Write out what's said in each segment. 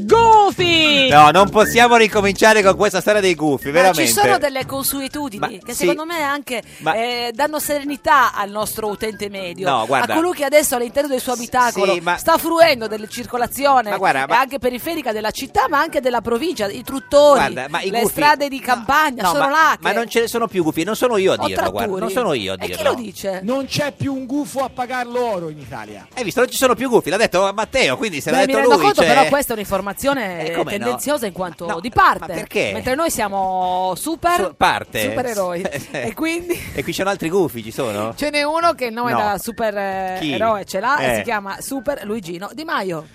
Goofy! No, non possiamo ricominciare con questa storia dei gufi, Ma veramente. Ci sono delle consuetudini Ma che sì. secondo me anche Ma- eh, danno serenità al nostro utente medio, No, guarda. a colui che adesso all'interno del suo abitacolo sì, ma- sta fruendo della circolazione Ma guarda, eh, ma- anche periferica della città, ma anche della provincia, i truttori, Guarda, ma i le gufi- strade di campagna No, sono ma, là. ma non ce ne sono più gufi, non sono io a O dirlo, guarda, tratturi. non sono io a E chi dirlo. lo dice? Non c'è più un gufo a pagar l'oro in Italia. Hai visto, non ci sono più gufi, l'ha detto Matteo, quindi se l'ha Beh, mi detto rendo lui, conto, cioè- però, questa è un'informazione Eh, eh, come no? tendenziosa in quanto di parte. perché? Mentre noi siamo super Su- parte. Eh, supereroi. e quindi E qui ci sono altri gufi, ci sono? Ce n'è uno che il nome No. da super eh, Chi? eroe ce l'ha e Eh. si chiama Super Luigino Di Maio.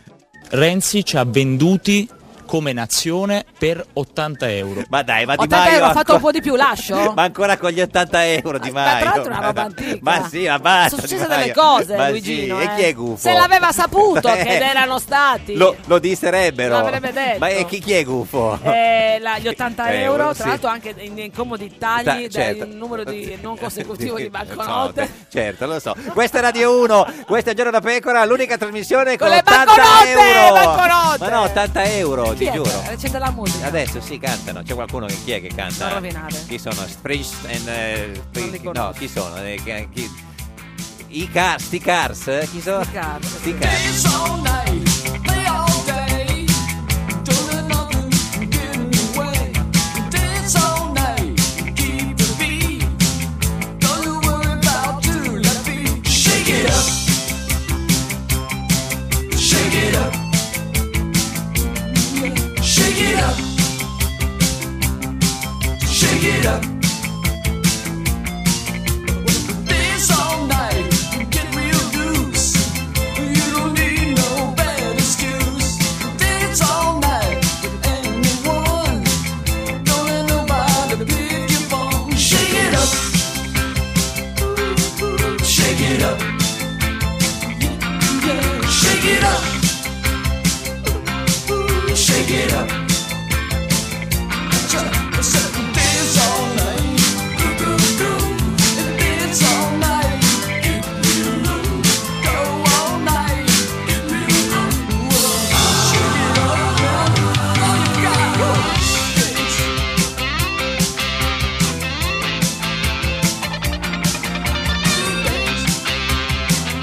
Renzi ci ha venduti come nazione per 80 euro. Ma dai, ma Di 80 Maio ecco. euro, ha fatto ancora- un po' di più, lascio? Ma ancora con gli 80 euro di Maio. ma tra l'altro è una roba Ma- antica. Ma sì, ma basta. Sono Di successe Maio. delle cose, Ma sì, Luigino. E eh. chi è gufo? Se l'aveva saputo Eh. che erano stati Lo, lo disserebbero. L'avrebbe detto. Ma eh, chi, chi è gufo? eh, la- gli 80 Eh, euro, sì. tra l'altro anche in, in comodi tagli, Ta- dal certo. numero di non consecutivo di Note, banconote. certo, lo so. Questa è Radio 1, questa è Giorno da Pecora, l'unica trasmissione con, Con le 80 banconote, euro. banconote! Ma no, 80 euro, Chi ti è? giuro. Recita la musica. Adesso si cantano, c'è qualcuno che chi è che canta? Non rovinare. Chi sono? Springs and eh, Springs- li conosco. No, chi sono? Eh, chi- chi- I Cars, sti Cars, eh, chi sono? Sti Cars. Sti Cars. Shake it up. Yeah, shake it up. Shake it up. Dance all night. Dance all night. Go all night. Shake it up. All you got. Dance. Dance.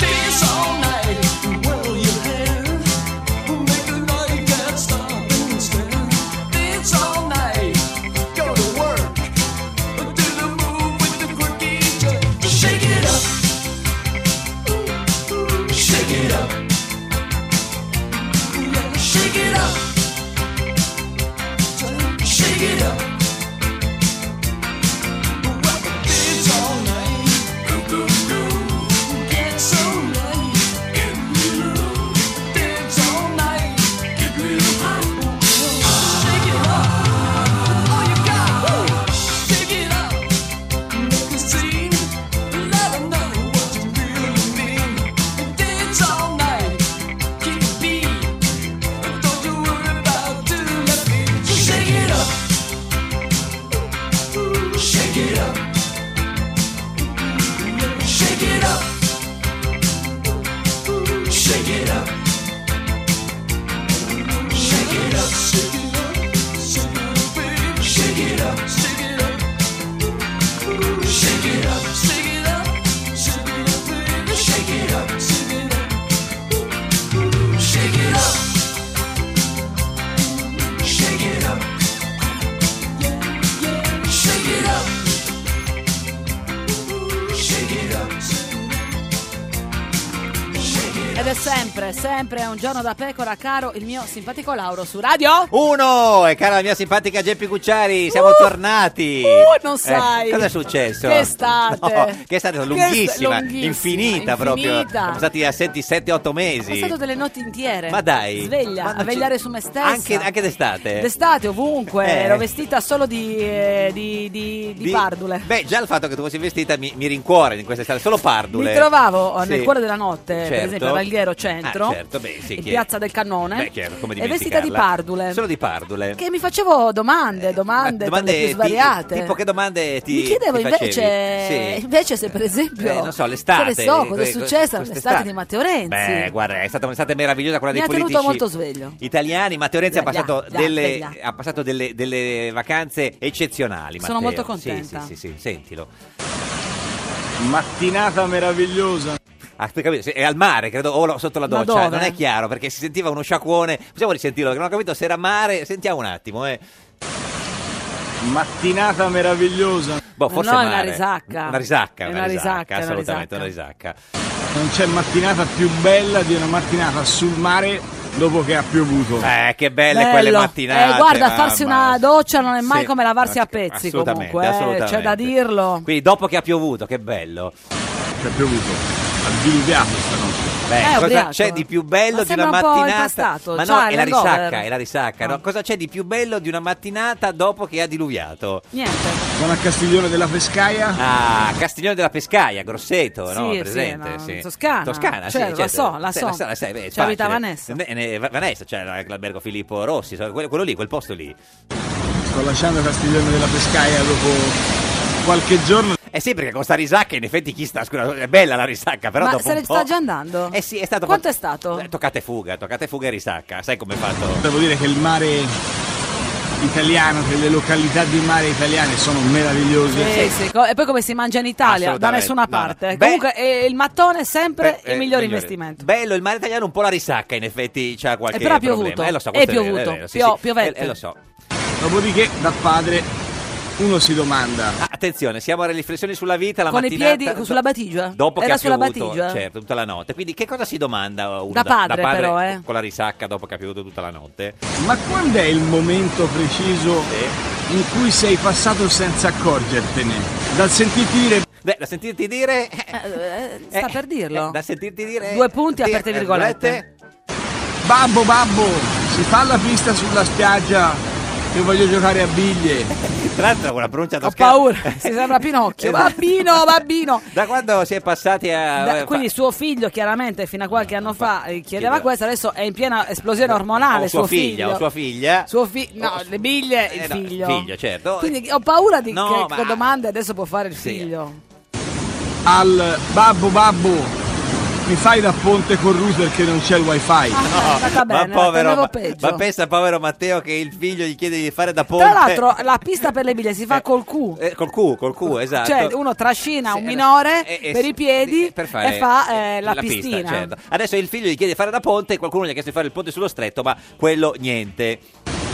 Dance all night, whirl your hair, make the night can't stop and stare. Dance all night, go to work, do the move with the quirky jerk. Shake it up, shake it up, shake it up, shake it up. Dance all night, go go go, get so night, get real low. Dance all night, get real high. Shake it up, all you got. Shake it up, make a scene, let 'em know what you really mean. Dance all night, keep the beat. Don't you worry about doing nothing. Shake it up. Shake it up. Shake it up. Shake it up. Shake it up. Shake it up. Shake it up, baby. Shake it up. Shake it up. Shake it up. Shake it up. Shake it up, baby. Shake it up. Shake it up. Shake it up. Shake it up. Shake it up. Shake it up. Shake it up. Ed Ed è sempre, sempre un giorno da pecora, caro il mio simpatico Lauro su radio. Uno! E cara la mia simpatica Geppi Cucciari, siamo Uh! tornati! Ecco, Uh, non sai. cosa è successo? Che estate. che è stata Che lunghissima, est- lunghissima, infinita, proprio. infinita. Siamo stati assenti 7-8 Ho mesi. stato delle notti intiere. Ma dai. Sveglia, Ma non a ci- vegliare su me stessa. Anche, anche d'estate? D'estate ovunque, Eh. ero vestita solo di, eh, di, di, di Di- pardule. Beh, già il fatto che tu fossi vestita mi, mi rincuora in questa estate, solo pardule. Mi trovavo eh, nel Sì. cuore della notte, per Certo. esempio, a Valghiero Centro, Ah, certo, beh, sì, in chi- piazza del Cannone, Beh, chiaro, come e vestita di dimenticarla. pardule. Solo di pardule. Che mi facevo domande, Eh, Ma domande, tra le più ti- svariate. tipo che domande ti mi chiedevo ti facevi? invece, Sì. invece se per esempio Eh, non so, l'estate. che ne cioè, so, cosa è eh, successo all'estate quest'estate. di Matteo Renzi Beh, guarda, è stata un'estate meravigliosa quella mi ha dei politici. tenuto molto sveglio Italiani, Matteo Renzi ha Glia, glia, passato, glia, delle, glia. ha passato delle, delle vacanze eccezionali. Sono Matteo. molto contenta. Sì, sì, sì, sì, sentilo. Mattinata meravigliosa. Ah, per capire, se- è al mare, credo, o lo- sotto la Ma doccia. dove? Non è chiaro perché si sentiva uno sciacquone. Possiamo risentirlo, perché non ho capito se era mare. Sentiamo un attimo, eh. Mattinata meravigliosa. Boh, forse no, è mare. una risacca. Una risacca, È una una risacca, risacca, è una assolutamente una risacca. risacca. Non c'è mattinata più bella di una mattinata sul mare dopo che ha piovuto. Eh, che belle quelle Bello. mattinate. Eh, guarda, mamma. farsi una doccia non è mai Sì. come lavarsi a Assolutamente, pezzi comunque, eh, assolutamente. c'è da dirlo. Quindi dopo che ha piovuto, che bello. Che ha piovuto. Ha diluviato stanotte. Beh, Eh, cosa ubriaco. c'è di più bello Ma di una sembra un po' mattinata? impastato, Ma no, cioè, è la l'hangover. risacca, è la risacca. no? Ah. Cosa c'è di più bello di una mattinata dopo che ha diluviato? Niente. Buona Castiglione della Pescaia. Ah, Castiglione della Pescaia, Grosseto, Sì, no? sì, Presente, no, sì. Toscana. Toscana, sì, Cioè, la certo. so, la Sì, so. la sai, beh, è Ci abita facile. Vanessa. Ne- ne- Vanessa, c'è l'albergo Filippo Rossi, so, quello, quello lì, quel posto lì. Sto lasciando Castiglione della Pescaia dopo qualche giorno. Eh sì, perché con sta risacca in effetti chi sta, scusa, è bella la risacca, però Ma dopo se un ne po'... sta già andando? Eh sì, è stato... Quanto è stato? Eh, Toccate fuga, toccate fuga e risacca, sai come è fatto? Devo dire che il mare italiano, che le località di mare italiane sono meravigliose. Sì, sì, co- E poi come si mangia in Italia? Da Assolutamente, nessuna no, no. parte. Beh- Comunque eh, il mattone è sempre Beh, eh, il miglior migliore. investimento. Bello, il mare italiano un po' la risacca in effetti c'ha qualche E però ha problema. piovuto. Eh, lo so, È questo vero, piovuto. vero, sì, Pio- sì. piovette. Eh, eh, lo so. Dopodiché, da padre, uno si domanda: Ah, attenzione, siamo alle riflessioni sulla vita la Con i mattinata- piedi- sulla battigia? Dopo Era che ha sulla piovuto, battigia? certo, tutta la notte. Quindi che cosa si domanda uno Da padre, però, eh. con la risacca dopo che ha piovuto tutta la notte? ma quando è il momento preciso in cui sei passato senza accorgertene? Dal sentirti dire Beh, da sentirti dire eh, Eh, eh, sta eh, per dirlo. eh, da sentirti dire Due punti, eh, aperte eh, virgolette. babbo, babbo, si fa la pista sulla spiaggia, io voglio giocare a biglie. Tra l'altro con la pronuncia Ho toscana. paura, si sembra Pinocchio. Esatto. Babbino, babbino. Da quando si è passati a Da- eh, quindi fa- suo figlio chiaramente fino a qualche anno fa eh, chiedeva chiedeva- questo, adesso è in piena esplosione ormonale o sua suo figlia figlio. o sua figlia Suo fi- no, o- le biglie, Eh, il no, figlio. figlio, certo. Quindi ho paura di No, che ma- con domande adesso può fare il Sì. figlio. Al babbo, babbo, mi fai da ponte con router che non c'è il wifi. Ah, è ma andata bene, povero, temevo ma, peggio. ma pensa povero Matteo che il figlio gli chiede di fare da ponte Tra l'altro la pista per le biglie si fa Eh, col Q. eh, col Q col Q esatto Cioè uno trascina Sì, un eh, minore eh, eh, per sì, i piedi per fare- e fa eh, eh, la, pista, pistina. certo. adesso il figlio gli chiede di fare da ponte qualcuno gli ha chiesto di fare il ponte sullo stretto ma quello niente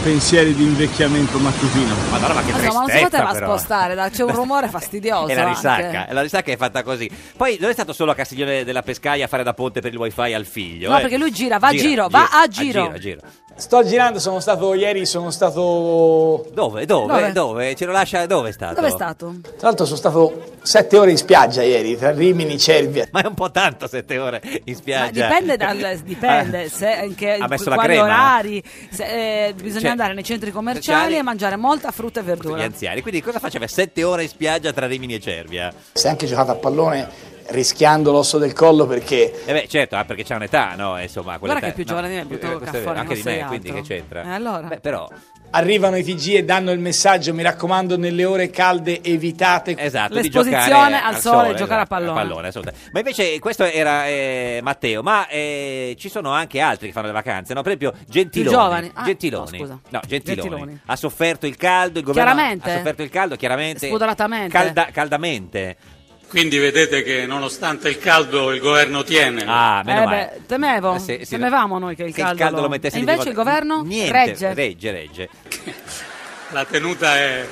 Pensieri di invecchiamento mattutino. Madonna, ma che Insomma, tristezza non si poteva però. spostare, da- c'è un rumore fastidioso. E la risacca, anche. e la risacca è fatta così. Poi non è stato solo a Castiglione della Pescaia a fare da ponte per il wifi al figlio. No, eh. perché lui gira, va a giro, va a giro. a giro. Sto girando, sono stato ieri, sono stato... Dove, dove, Dove? dove? Ce lo lascia, dove è stato? Dove è stato? Tra l'altro sono stato sette ore in spiaggia ieri, tra Rimini, Cervia. Ma è un po' tanto sette ore in Ma spiaggia. dipende, dal, dipende Ah. se, in che, Ha messo la quali crema? orari. se- eh, bisogna Cioè, andare nei centri commerciali commerciali. e mangiare molta frutta e Gli verdura. anziani, quindi cosa faceva? Sette ore in spiaggia tra Rimini e Cervia? Si è anche giocato a pallone rischiando l'osso del collo perché... Eh beh, certo, ah, perché c'è un'età, no? Eh, Insomma, a Guarda quell'età- che è più no, giovane di me, eh, brutto questo è vero, caffone, Anche di non sei me, quindi che altro. c'entra? Eh, allora? Beh, però, Arrivano i TG e danno il messaggio, mi raccomando, nelle ore calde evitate... esatto, di L'esposizione giocare al al sole, sole, giocare a esatto, pallone. assolutamente. Ma invece questo era eh, Matteo, ma eh, ci sono anche altri che fanno le vacanze, no? Per esempio Gentiloni. giovani. Ah, Gentiloni. no, scusa. No, Gentiloni. Gentiloni. Ha sofferto il caldo, il governo Chiaramente. ha sofferto il caldo, chiaramente. Spudoratamente. Calda- caldamente. Quindi vedete che nonostante il caldo il governo tiene. Ah, meno Eh male. beh, temevo, Eh, sì, sì, temevamo noi che il caldo, lo, mettesse e in invece il difficoltà. governo Niente, regge. regge, regge. La tenuta è,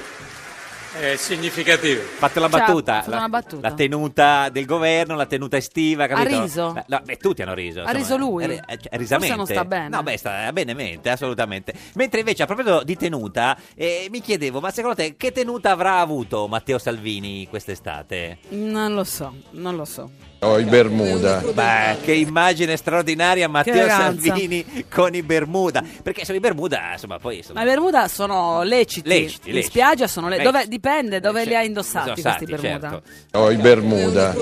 è significativo. Fatto la Cioè, battuta, fatto una battuta. la tenuta del governo, la tenuta estiva, capito? riso? La- no, beh, tutti hanno riso. Ha riso lui? eh, eh, cioè, Forse risamente. non sta bene. No, beh, sta bene mente, assolutamente. Mentre invece, a proposito di tenuta, eh, mi chiedevo, ma secondo te che tenuta avrà avuto Matteo Salvini quest'estate? Non lo so, non lo so. Ho Oh, i Bermuda. Beh, che immagine straordinaria Matteo eleganza. Salvini con i Bermuda. Perché sono i Bermuda, insomma, poi sono Ma i Bermuda sono leciti. Leciti, In leciti. spiaggia sono le... Leciti. Eh, dove- Dipende dove li ha indossati indossati, questi Bermuda. certo. Ho i Bermuda.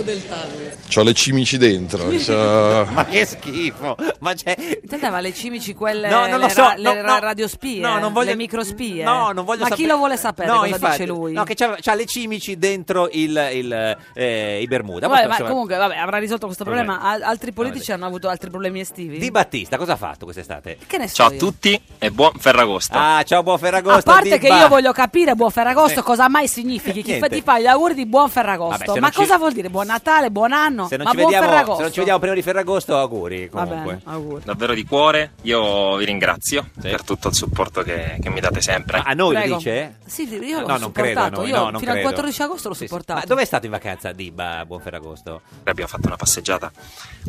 C'ho le cimici dentro. c'ho- Ma che schifo! Ma c'è. Intendeva le cimici quelle No, non lo le so, ra- no, le ra- no. radiospie, No, non voglio- le microspie. No, non voglio Ma sapere- chi lo vuole sapere No, cosa infatti, dice lui? No, che c'ha, c'ha le cimici dentro il, il, eh, i Bermuda. Vabbè, Molto, ma insomma, comunque vabbè, avrà risolto questo problema. Al- Altri politici Vabbè. hanno avuto altri problemi estivi. Di Battista, cosa ha fatto quest'estate? Che ne so Ciao a io? tutti e buon Ferragosto. Ah, ciao, buon a Ferragosto. parte Di che Ba- io voglio capire buon Ferragosto Eh. cosa mai significhi. Chi fa, Niente. ti fa gli auguri di buon Vabbè, Ferragosto? se non ma ci- cosa vuol dire? Buon Natale, buon anno? Se non, ma ci buon vediamo, se Ferragosto? non ci vediamo prima di Ferragosto, auguri. Va bene, Comunque. auguri. Davvero di cuore, io vi ringrazio per tutto il supporto che, che mi date sempre. A noi Prego. lo dice? Sì, sì, io l'ho no, non credo a supportato, noi, io no, non fino al credo. 14 agosto l'ho Sì, sì. supportato. Ma Ah, dov'è stato in vacanza Dibba a Buon Ferragosto? Abbiamo fatto una passeggiata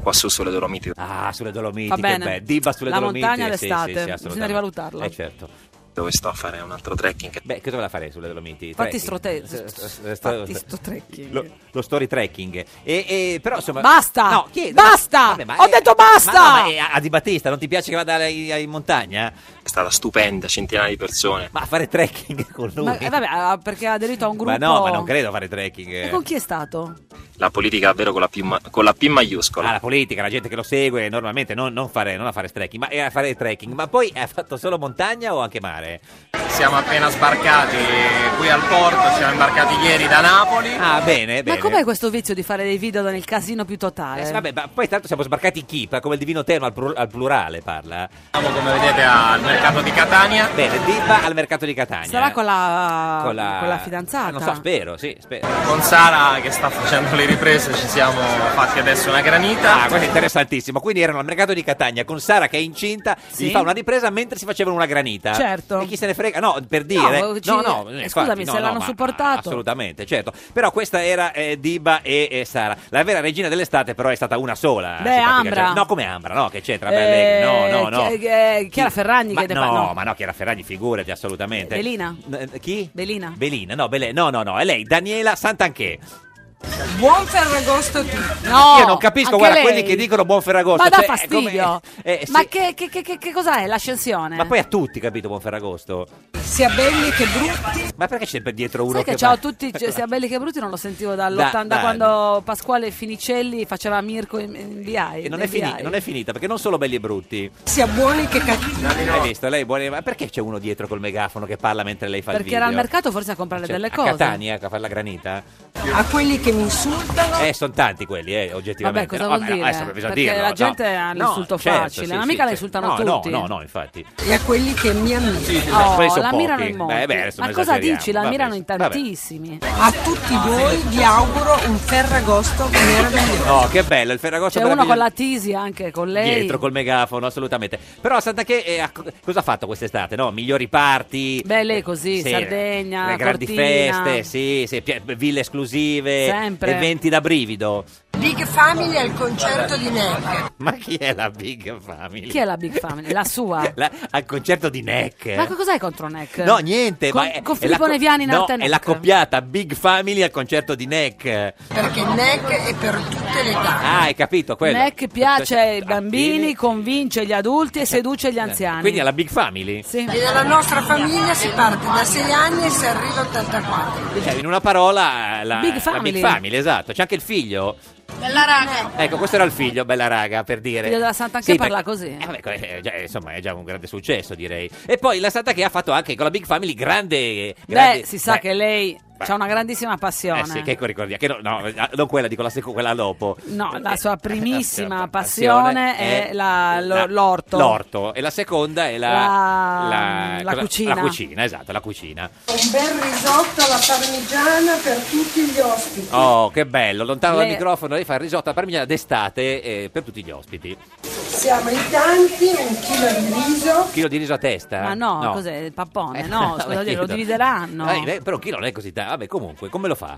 qua su sulle Dolomiti. Ah, sulle Dolomiti, Va bene. Dibba sulle La Dolomiti. montagna sì, sì, l'estate, sì, bisogna assolutamente. rivalutarla. Eh certo. Dove sto a fare un altro trekking? Beh, cosa vuole fare sulle Dolomiti? Fatti Trekking. strote- S- s- s- sto- fatti sto trekking. Lo, lo story trekking. E, e- però insomma... Basta! No, chiedo- basta! Vabbè, ma- Ho eh, detto Ma, basta! no, ma eh, a- a Di Battista non ti piace che vada ai- ai- in montagna? È stata stupenda, centinaia di persone. Ma a fare trekking con lui? Ma- eh, vabbè, ah, perché ha aderito a un gruppo. Ma no, ma non credo a fare E trekking. con chi è stato? La politica davvero con la P, ma- con la P maiuscola. Ah, la politica, la gente che lo segue normalmente non, non fare, non a fare trekking, ma eh, a fare trekking. Ma poi ha fatto solo montagna o anche mare? Siamo appena sbarcati qui al porto, siamo imbarcati ieri da Napoli. Ah, bene, bene. Ma com'è questo vizio di fare dei video nel casino più totale? Eh, sì, vabbè, ma poi tanto siamo sbarcati in Kipa, come il divino terno al, pru- al plurale parla. Siamo come vedete al mercato di Catania. Bene, Dibba al mercato di Catania. Sarà con la, eh. Con la- con la fidanzata? Eh, Non so, spero, sì, spero. Con Sara che sta facendo le riprese ci siamo fatti adesso una granita. Ah, questo è interessantissimo. Quindi erano al mercato di Catania con Sara che è incinta, Sì. gli fa una ripresa mentre si facevano una granita. Certo. E chi se ne frega? No, per dire. No, ci- No, no, eh, infatti, scusami, no, se no, l'hanno ma- supportato. Assolutamente, certo. Però questa era eh, Diba e, e Sara. La vera regina dell'estate, però, è stata una sola. Beh, simpatica Ambra. gente. No, come Ambra, no, che c'entra? Beh, Allegri, no, no, no. Chi- eh, Chiara Ferragni Ma che ne Eh, no, fa- ma no, Chiara Ferragni, figurati, assolutamente. Belina? N- chi? Belina. Belina, no, Bele- no, no, no, è lei, Daniela Santanché. Buon Ferragosto tu. No, Io non capisco, anche guarda, lei. quelli che dicono buon Ferragosto. Ma dà cioè, è fastidio. come- eh, sì. Ma che, che, che, che- che cos'è l'ascensione? Ma poi a tutti, capito, Buonferragosto? Sia belli che brutti. Ma perché c'è sempre dietro uno Sai che che ciao va- a tutti, cioè, sia belli che brutti non lo sentivo Da- dall'80 da- quando Pasquale Finicelli faceva Mirko in, in BI. E non è, fini- non è finita, perché non solo belli e brutti. Sia buoni che cattivi. Hai visto, lei vuole... Ma perché c'è uno dietro col megafono che parla mentre lei fa il Perché video? era al mercato forse a comprare Cioè, delle A cose. Catania, a fare la granita? A quelli che mi insultano. Eh, sono tanti quelli, eh, Vabbè, oggettivamente. cosa No, vuol vabbè, no, dire? adesso bisogna Perché dirlo, la no. gente ha No, l'insulto certo, facile, sì, ma sì, mica la sì. insultano No, tutti. No, no, no, infatti. E a quelli che mi ammirano. beh, quelli sono Oh, la mirano pochi. in molti. Beh, beh, adesso Ma non cosa esageriamo, dici? La vabbè, mirano in vabbè. tantissimi. A tutti voi vi auguro un ferragosto No, che bello, il Ferragosto C'è meraviglioso. uno con la tisi anche, con lei. Dietro col megafono, assolutamente. Però Santa Che eh, ha- cosa ha fatto quest'estate? No? Migliori parti. Beh, lei così, Sì, Sardegna, le grandi Cortina. feste, sì, sì, pie- ville esclusive, Sempre. eventi da brivido. Big Family al concerto di Neck. Ma chi è la Big Family? Chi è la Big Family? La sua. La- al concerto di Neck. Ma che cos'è contro Neck? No, niente. Con, ma è, con è Filippo la co- Neviani in no, Arte È Neck. la coppiata Big Family al concerto di Neck. Perché Neck è per tutte le età. Ah, hai capito quello? Cioè, Neck piace ai bambini, convince gli adulti e seduce gli anziani. Quindi è la Big Family? Sì. E dalla nostra famiglia si parte da 6 anni e si arriva a 84. Cioè, in una parola, eh, la Big la Family. Family, esatto. C'è anche il figlio. Bella raga. Ecco, questo era il figlio, bella raga, per dire. Il figlio della Santa Anche Sì, parla perché- così. eh, vabbè, co- eh, già- insomma, è già un grande successo, direi. E poi la Santa che ha fatto anche con la Big Family grande. grande- Beh, si sa beh, che lei ha una grandissima passione. Eh sì, che ecco, ricordiamo. Che no, no, eh, non quella, dico la seco- quella dopo. No, la sua primissima passione passione è la- Ah, lo- la- l'orto. L'orto. E la seconda è la. La- la cosa- cucina. La cucina, esatto, la cucina. Un bel risotto alla parmigiana per tutti gli ospiti. Oh, che bello, lontano dal Le- microfono, lei fa il risotto alla parmigiana d'estate eh, per tutti gli ospiti. Siamo in tanti, un chilo di riso. Un chilo di riso a testa? Ma no, cos'è? Il pappone? Eh, No, Eh, Vabbè, scusate, lo chiedo. divideranno. Eh, beh, però un chilo non è così tanto. Vabbè, comunque, come lo fa?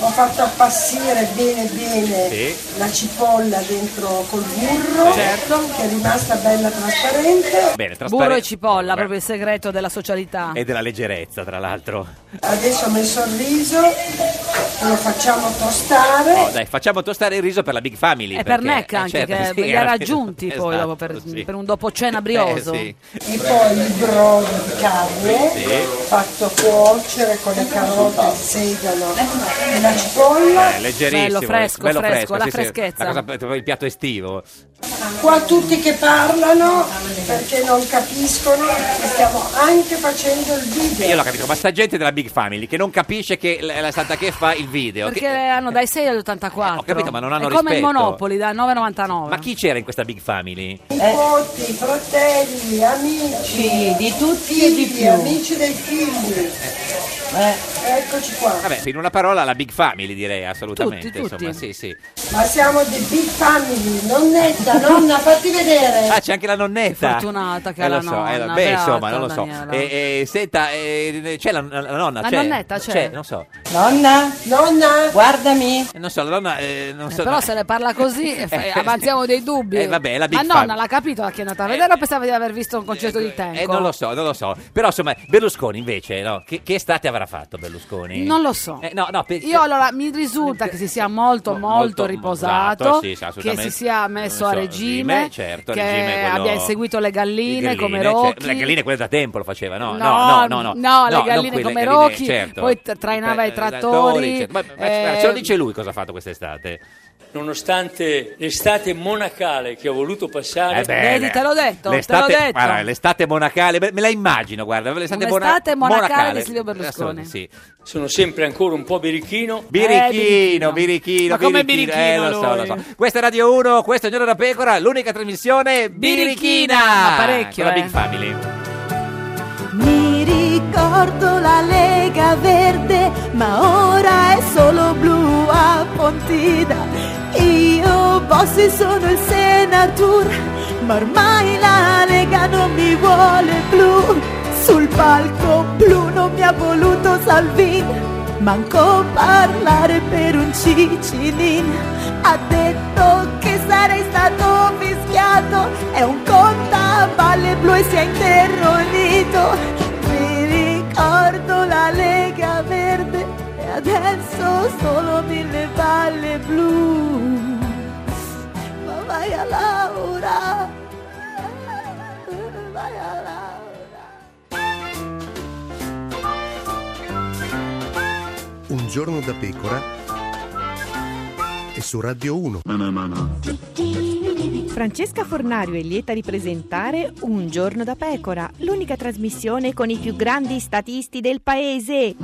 Ho fatto appassire bene bene Sì. la cipolla dentro col burro, Certo. che è rimasta bella trasparente. Bene, traspare- Burro e cipolla, Vabbè. proprio il segreto della socialità. E della leggerezza, tra l'altro. Adesso ho messo il riso, diciamo, lo facciamo tostare. Oh, dai, facciamo tostare il riso per la Big Family. E per perché- Neck eh, anche, certo, che sì, li ha era- raggiunti poi esatto, dopo per, sì. per un dopo cena brioso. Eh, E poi il brodo di carne Sì. fatto cuocere con le carote, il sedano e la cipolla. Eh, leggerissimo. Bello fresco, bello fresco, la sì, sì, freschezza. la cosa- proprio il piatto estivo. Qua tutti che parlano perché non capiscono, stiamo anche facendo il E Io l'ho video. capito, ma sta gente della Big Family che non capisce che la la Santa Che fa il video. Perché Che- hanno dai 6 agli 84. ho capito, ma non hanno È come il rispetto. Monopoli, da 9,99. Ma chi c'era in questa Big Family? Nipoti, fratelli, amici, di tutti e di più. Amici dei figli. Eccoci qua. Vabbè, in una parola la Big Family direi assolutamente. Tutti, tutti. Insomma, sì, sì. Ma siamo di Big Family, nonnetta, nonna, fatti vedere. Ah, c'è anche la nonnetta. Fortunata che Eh, ha lo la so, nonna, eh, beh, beata insomma, non lo so. Daniela. Eh, eh, senta, eh, c'è la, la nonna, La c'è? nonnetta c'è? Non so. Nonna, nonna, guardami. Eh, Non so, la nonna, eh, non Eh, so. però se ne parla così e fa- Eh, avanziamo dei dubbi. eh, vabbè, la Big Ma nonna Fam- l'ha capito la che è andata a vedere o pensava di aver visto un concerto di Tenco? Eh, non lo so, non lo so. Però insomma, Berlusconi invece, no? Che, che estate avrà fatto Berlusconi? Non lo so. Eh, no, no, per- Io allora mi risulta che si sia molto molto, molto riposato, riposato, sì, sì, che assolutamente. si sia messo Non a so, regime, regime, certo, che regime, quello- abbia inseguito le galline, Le come galline, cioè, Rocchi. le galline quelle da tempo lo faceva, no? No, No, no, no. No, le non galline quelle, galline, come Rocchi, certo. poi t- trainava i trattori. certo. Ma, ma- eh, ma ce lo dice lui cosa ha fatto quest'estate? Nonostante l'estate monacale che ho voluto passare, Eh beh, Vedi, te l'ho detto, te l'estate, l'ho detto. guarda, l'estate monacale, me me la immagino, guarda. L'estate, mona- Un'estate monacale, monacale. di Silvio Berlusconi. Eh, Sì. sono sempre ancora un po' birichino. Eh, Birichino, birichino, Ma come birichino, birichino eh, lo so, lui? lo so. Questa è Radio 1, questo è Giorno da Pecora, l'unica trasmissione birichina. Birichina, ma parecchio, Con la eh. Big Family. Mi ricordo la Lega Verde, ma ora è solo blu a Pontina. Io Bossi sono il senatore, ma ormai la Lega non mi vuole blu. Sul palco blu non mi ha voluto Salvini, manco parlare per un cicilin. Ha detto che sarei stato fischiato, è un contaballe blu e si è interrollito. Mi ricordo la Lega Verde e adesso solo mille palle blu. Ma vai a Laura! Vai a Laura! Un giorno da pecora e su Radio 1. Francesca Fornario è lieta di presentare Un giorno da pecora, l'unica trasmissione con i più grandi statisti del paese.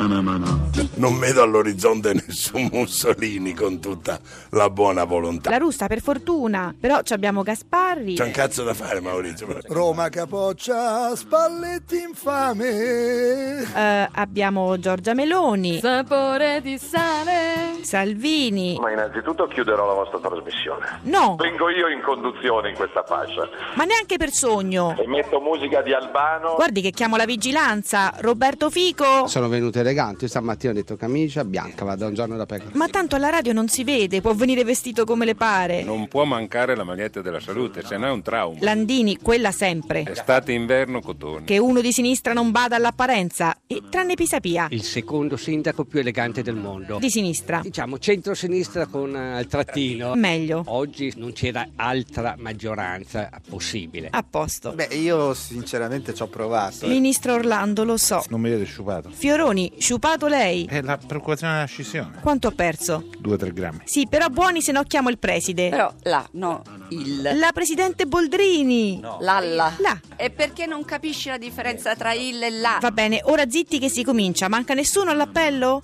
Non vedo all'orizzonte nessun Mussolini con tutta la buona volontà. La russa per fortuna, però ci abbiamo Gasparri. C'è un cazzo da fare, Maurizio. Roma capoccia, spalletti infame. Eh, abbiamo Giorgia Meloni. Sapore di sale. Salvini. Ma innanzitutto chiuderò la vostra trasmissione. No. Vengo io in conduzione in questa fascia. Ma neanche per sogno. E metto musica di Albano. Guardi che chiamo la vigilanza. Roberto Fico. Sono venuto elegante, stamattina ho detto camicia bianca, vado un giorno da pecora. Ma tanto alla radio non si vede, può venire vestito come le pare. Non può mancare la maglietta della salute, se no è un trauma. Landini, quella sempre. Estate, inverno, cotone. Che uno di sinistra non bada all'apparenza, e tranne Pisapia. Il secondo sindaco più elegante del mondo. Di sinistra. Diciamo centro-sinistra con eh, il trattino. Meglio. Oggi non c'era altra maggioranza possibile. A posto. Beh, io sinceramente ci ho provato. Ministro Orlando, lo so. Non mi vede sciupato. Fioroni, sciupato lei. È la preoccupazione della scissione. Quanto ha perso? 2-3 grammi. Sì, però buoni se no chiamo il preside. Però la, no, il. La presidente Boldrini. Lalla. La. E perché non capisci la differenza tra il e la? Va bene, ora zitti che si comincia. Manca nessuno all'appello?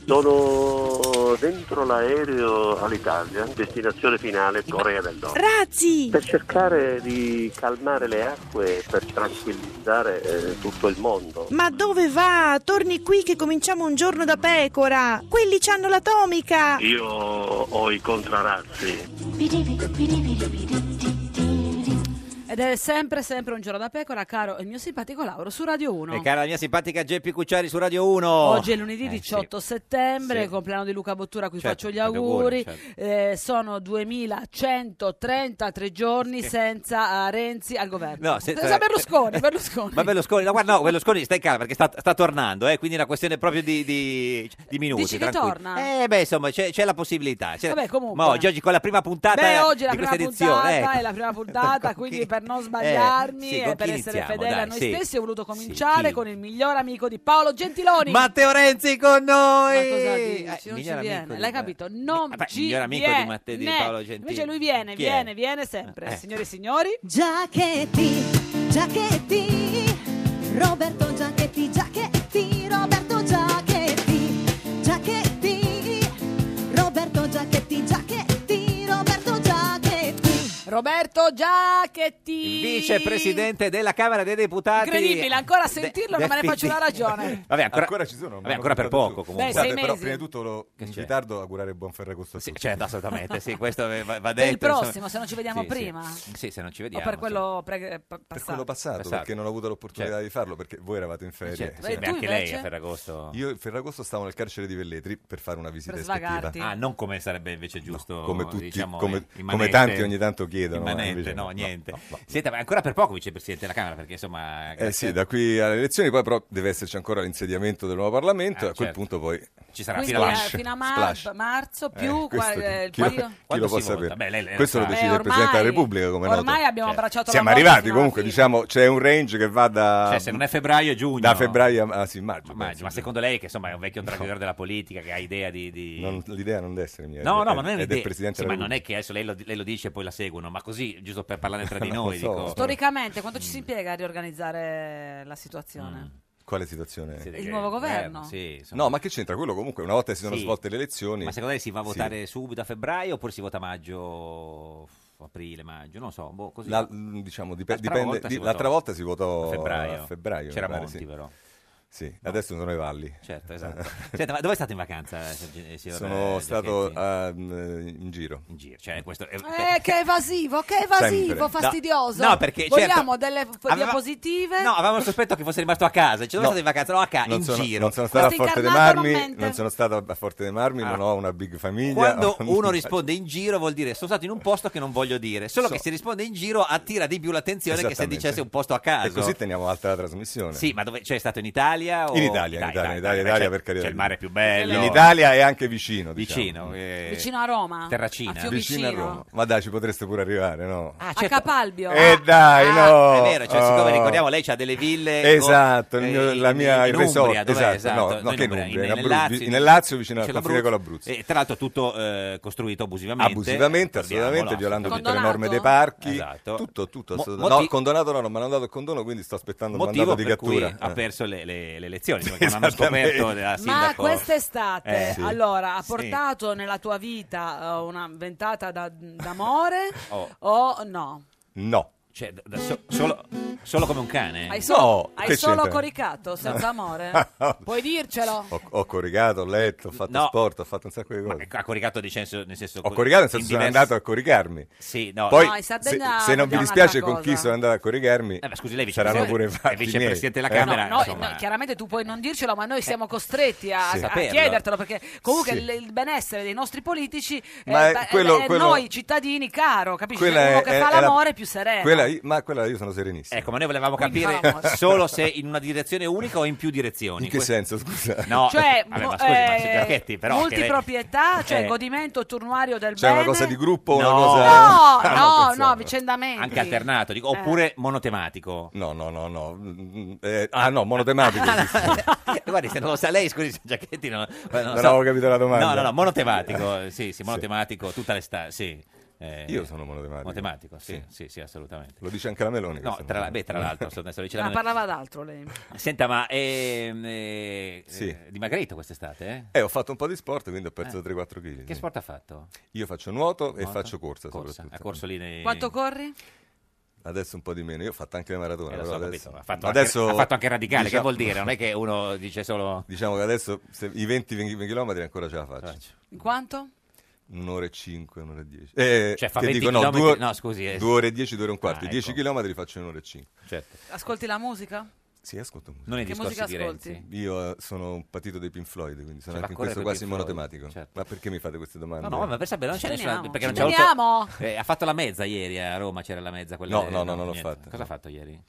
Sono dentro l'aereo all'Italia, destinazione finale Corea del Nord. Razzi! Per cercare di calmare le acque, per tranquillizzare eh, tutto il mondo. Ma dove va? Torni qui che cominciamo un giorno da pecora. Quelli c'hanno l'atomica. Io ho i contrarazzi. Ed Ed è sempre, sempre un giorno da pecora, caro il mio simpatico Lauro su Radio 1. E cara la mia simpatica Geppi Cucciari su Radio 1. Oggi è lunedì 18 settembre, Oh, eh, Sì. compleanno di Luca Bottura, a cui Certo, faccio gli gli auguri, certo. auguri. Eh, sono 2133 giorni Sì. senza eh, Renzi al governo. No, se- eh, senza Berlusconi, Berlusconi. Ma Berlusconi, no, guarda, no, Berlusconi stai calma perché sta, sta tornando, eh, quindi è una questione proprio di, di- di minuti. Dici che tranquilli. torna? Eh, beh, insomma, c'è, c'è la possibilità. c'è- Vabbè, comunque. Ma oggi, oggi con la prima puntata Beh, oggi è la di prima questa edizione, puntata, ecco. è la prima puntata, quindi per non eh, sbagliarmi sì, e con per chi essere iniziamo? fedele a Dai, noi sì. stessi ho voluto cominciare con il miglior amico di Paolo Gentiloni. Matteo Renzi con noi! Eh, Ma cosa dici? non ci miglior amico viene, di- l'hai capito? Non vabbè, ci miglior amico di viene. Matteo- di Paolo Gentiloni. Invece lui viene, Chi è? viene, viene sempre, Eh. signore e signori. Giachetti, Giachetti, Roberto Giachetti, Giachetti, Roberto Giachetti, Giachetti, Roberto Giachetti, Giachetti, Roberto Giachetti. Roberto Giachetti. Vicepresidente della Camera dei Deputati. Eh. Incredibile, ancora a sentirlo non me ne del faccio una PD. ragione. Vabbè, ancora, Ancora ci sono, vabbè, ancora per poco comunque. Beh, sei però mesi. prima di tutto lo in c'è? ritardo augurare buon Ferragosto. Sì, certo, assolutamente, sì, questo va- va detto. Per il insomma. prossimo, se non ci vediamo Sì, sì. prima. Sì, se non ci O vediamo. per quello pre- eh, pa- Per passato. quello passato, Passato. perché non ho avuto l'opportunità di farlo, perché voi eravate in ferie. Cioè, Certo, sì, E beh, tu anche lei invece? a Ferragosto. Io a Ferragosto stavo nel carcere di Velletri per fare una visita Per ispettiva. svagarti. Ah, non come sarebbe invece giusto. come tutti- diciamo, come- eh, come immanente. tanti ogni tanto chiedono, ma Immanente, invece no, no, niente. no, no. Senta, ma ancora per poco vicepresidente della Camera, perché insomma. cioè, Eh grazie- sì, da qui alle elezioni poi però deve esserci ancora l'insediamento del nuovo Parlamento e a quel certo. punto poi Ci sarà Quindi fino eh, a- fino a mar- Splash. marzo Eh, più questo qua- eh, il chi lo- periodo- chi lo Quando può si vota? sapere? Beh, lei lo Questo lo sa. decide Beh, il Presidente ormai- della Repubblica, come è noto. Ormai abbiamo Cioè, abbracciato Siamo la porta arrivati fino comunque, alla fine. diciamo, c'è un range che va da Cioè, se non è febbraio, è giugno. Da febbraio a ah, sì, maggio. Ma, penso. ma secondo lei, che insomma è un vecchio traditore della politica, che ha idea di. di- Non- l'idea non deve essere mia. No, è- no, ma non è è un'idea. del Presidente Sì, ma della non è che adesso lei lo, lei lo dice e poi la seguono, ma così, giusto per parlare tra di Non lo noi. so. dico- Storicamente, quanto Mm. ci si impiega a riorganizzare la situazione? Quale situazione? Il nuovo governo? No, ma che c'entra quello comunque? Una volta si sono Sì. svolte le elezioni. Ma secondo lei si va a Sì. votare subito a febbraio oppure si vota maggio, aprile, maggio? Non so, boh, così. La- mh, diciamo, dip- L'altra dipende- volta di- si votò l'altra volta si votò a febbraio. a febbraio, C'era mi pare, Monti, sì. però. Sì, adesso sono i valli. Eh. Certo, esatto. Senta, ma dove state in vacanza? eh, signor, Sono eh, stato Giacchetti? ah, mh, in giro. In giro, cioè questo Eh, che evasivo, che evasivo, Sempre. fastidioso. No, no, perché, Vogliamo certo, delle f- aveva- diapositive. No, avevamo il sospetto che fosse rimasto a casa. Ci sono No. stato in vacanza, no, a casa, non Ah, in sono, giro. non sono stato a Questo Forte dei incarnato non Marmi, mente. non sono stato a Forte dei Marmi, non ho una big famiglia. Ah. Quando ho- uno risponde in giro vuol dire sono stato in un posto che non voglio dire. Solo che se risponde in giro attira di più l'attenzione che se Esattamente. dicesse un posto a caso. E così teniamo alta la trasmissione. Sì, ma dove, cioè è stato in Italia? O... In Italia, in Dai, Italia, dai, in Italia, dai, Italia, cioè, per carità. C'è il mare più bello. In Italia e anche vicino. diciamo. Vicino, eh, Vicino a Roma. Terracina. A Fiumicino. Vicino a Roma. Ma dai, ci potreste pure arrivare, no? A certo. Capalbio. Eh dai, Ah, no. è vero, cioè, siccome Oh. ricordiamo lei ha delle ville con- Esatto, il mio- eh, la mia in, in resort, Umbria, dov'è? esatto, Esatto, no, noi no, che in Umbria, Umbria, in nel Abru- Lazio, in Lazio, vicino alla alla confine con l'Abruzzo. E tra l'altro tutto eh, costruito abusivamente. Abusivamente, assolutamente, ricordiamolo, violando tutte le assolutamente. norme dei parchi. Esatto. Tutto, tutto. Mo- assolutamente. motivo- no, condonato no, non mi hanno dato il condono, quindi sto aspettando il Motivo mandato per di cui cattura. ha Eh. perso le, le- le elezioni, insomma, che non hanno Esattamente. scoperto la Ma sindaco. quest'estate, Eh, sì. allora, ha Sì. portato nella tua vita eh, una ventata da- d'amore Oh, o no? No. Cioè, da- da so- solo, solo come un cane? Hai solo, Eh. No, hai che solo c'entra? coricato senza amore? Puoi dircelo? Ho, ho coricato, ho letto, ho fatto No. sport, ho fatto un sacco di cose. Ha coricato di senso, nel senso... Ho coricato, nel senso in sono diversi- andato a coricarmi. Sì, no, Poi, No, in se, Sardegna se non vi vogliamo dispiace un'altra con chi cosa. sono andato a coricarmi, Eh, ma scusi, lei è saranno vicepresidente- pure fatti è vicepresidente miei. Eh. della Camera, No, noi- insomma. no, chiaramente tu puoi non dircelo, ma noi siamo costretti a, sì. a Saperlo. chiedertelo perché comunque Sì. il, il benessere dei nostri politici Ma è, è quello- è quello- noi cittadini caro, capisci? Quella Uno è- che è- fa è la- l'amore è più sereno. Quella io- ma quella io sono serenissimo. Ecco, ma noi volevamo eh, Quindi capire fa l'amore. solo se in una direzione unica o in più direzioni. In che senso, scusa? No, Cioè, vabbè, mo- ma scusi, ma eh, se Giacchetti, però... che lei- multiproprietà, cioè Eh. godimento turnuario del C'è bene. una cosa di gruppo o No. una cosa... No, Ah, no, pensavo. no, vicendamente. Anche alternato, dico, Eh. oppure monotematico. No, no, no, no. Mm, eh, ah, no, monotematico. sì. Guardi, se non lo sa lei, scusi, se Giacchetti non, non lo Non sa. avevo capito la domanda. No, no, no, monotematico, sì, sì, monotematico tutta l'estate, sì. Eh, Io sono monotematico. Monotematico, sì, sì, sì, assolutamente. Lo dice anche la Meloni. No, questo. tra, la- beh, tra l'altro, adesso lo dice la Ma Meloni. parlava d'altro lei. Senta, ma ehm, eh, Sì. eh, dimagrito quest'estate? eh? Eh, ho fatto un po' di sport, quindi ho perso Eh. 3-4 kg. Che sport ha fatto? Io faccio nuoto, e Nuoto? faccio corsa, corsa. soprattutto. Ha corso lì nei... Quanto corri? Adesso un po' di meno. Io ho fatto anche le maratone. Eh, lo so, però ho adesso... capito, ha, fatto adesso- anche, ha fatto anche radicale, che diciamo- vuol dire? Non è che uno dice solo... Diciamo che adesso se- i 20 km ancora ce la faccio. In quanto? Un'ora e cinque, un'ora e dieci. Eh, Cioè, fa che 20 dico, no, chilometri- due, no, scusi, eh. due ore e dieci, due ore e un quarto. Ah, Dieci ecco. Certo. chilometri li faccio in un'ora e cinque. Ascolti la musica? Sì, ascolto musica. Non i Che discorsi musica di ascolti? Renzi. Io eh, sono un patito dei Pink Floyd, quindi sono Cioè, anche va in a correre coi questo quasi Pink Floyd, Certo. monotematico. Ma perché mi fate queste domande? No, no, ma per sapere, non c'è Ci nessuno. teniamo, Perché non ci c'è teniamo. avuto- Eh, ha fatto la mezza ieri a Roma, c'era la mezza quella. No, no, no, non l'ho niente. fatta. Cosa ha fatto ieri?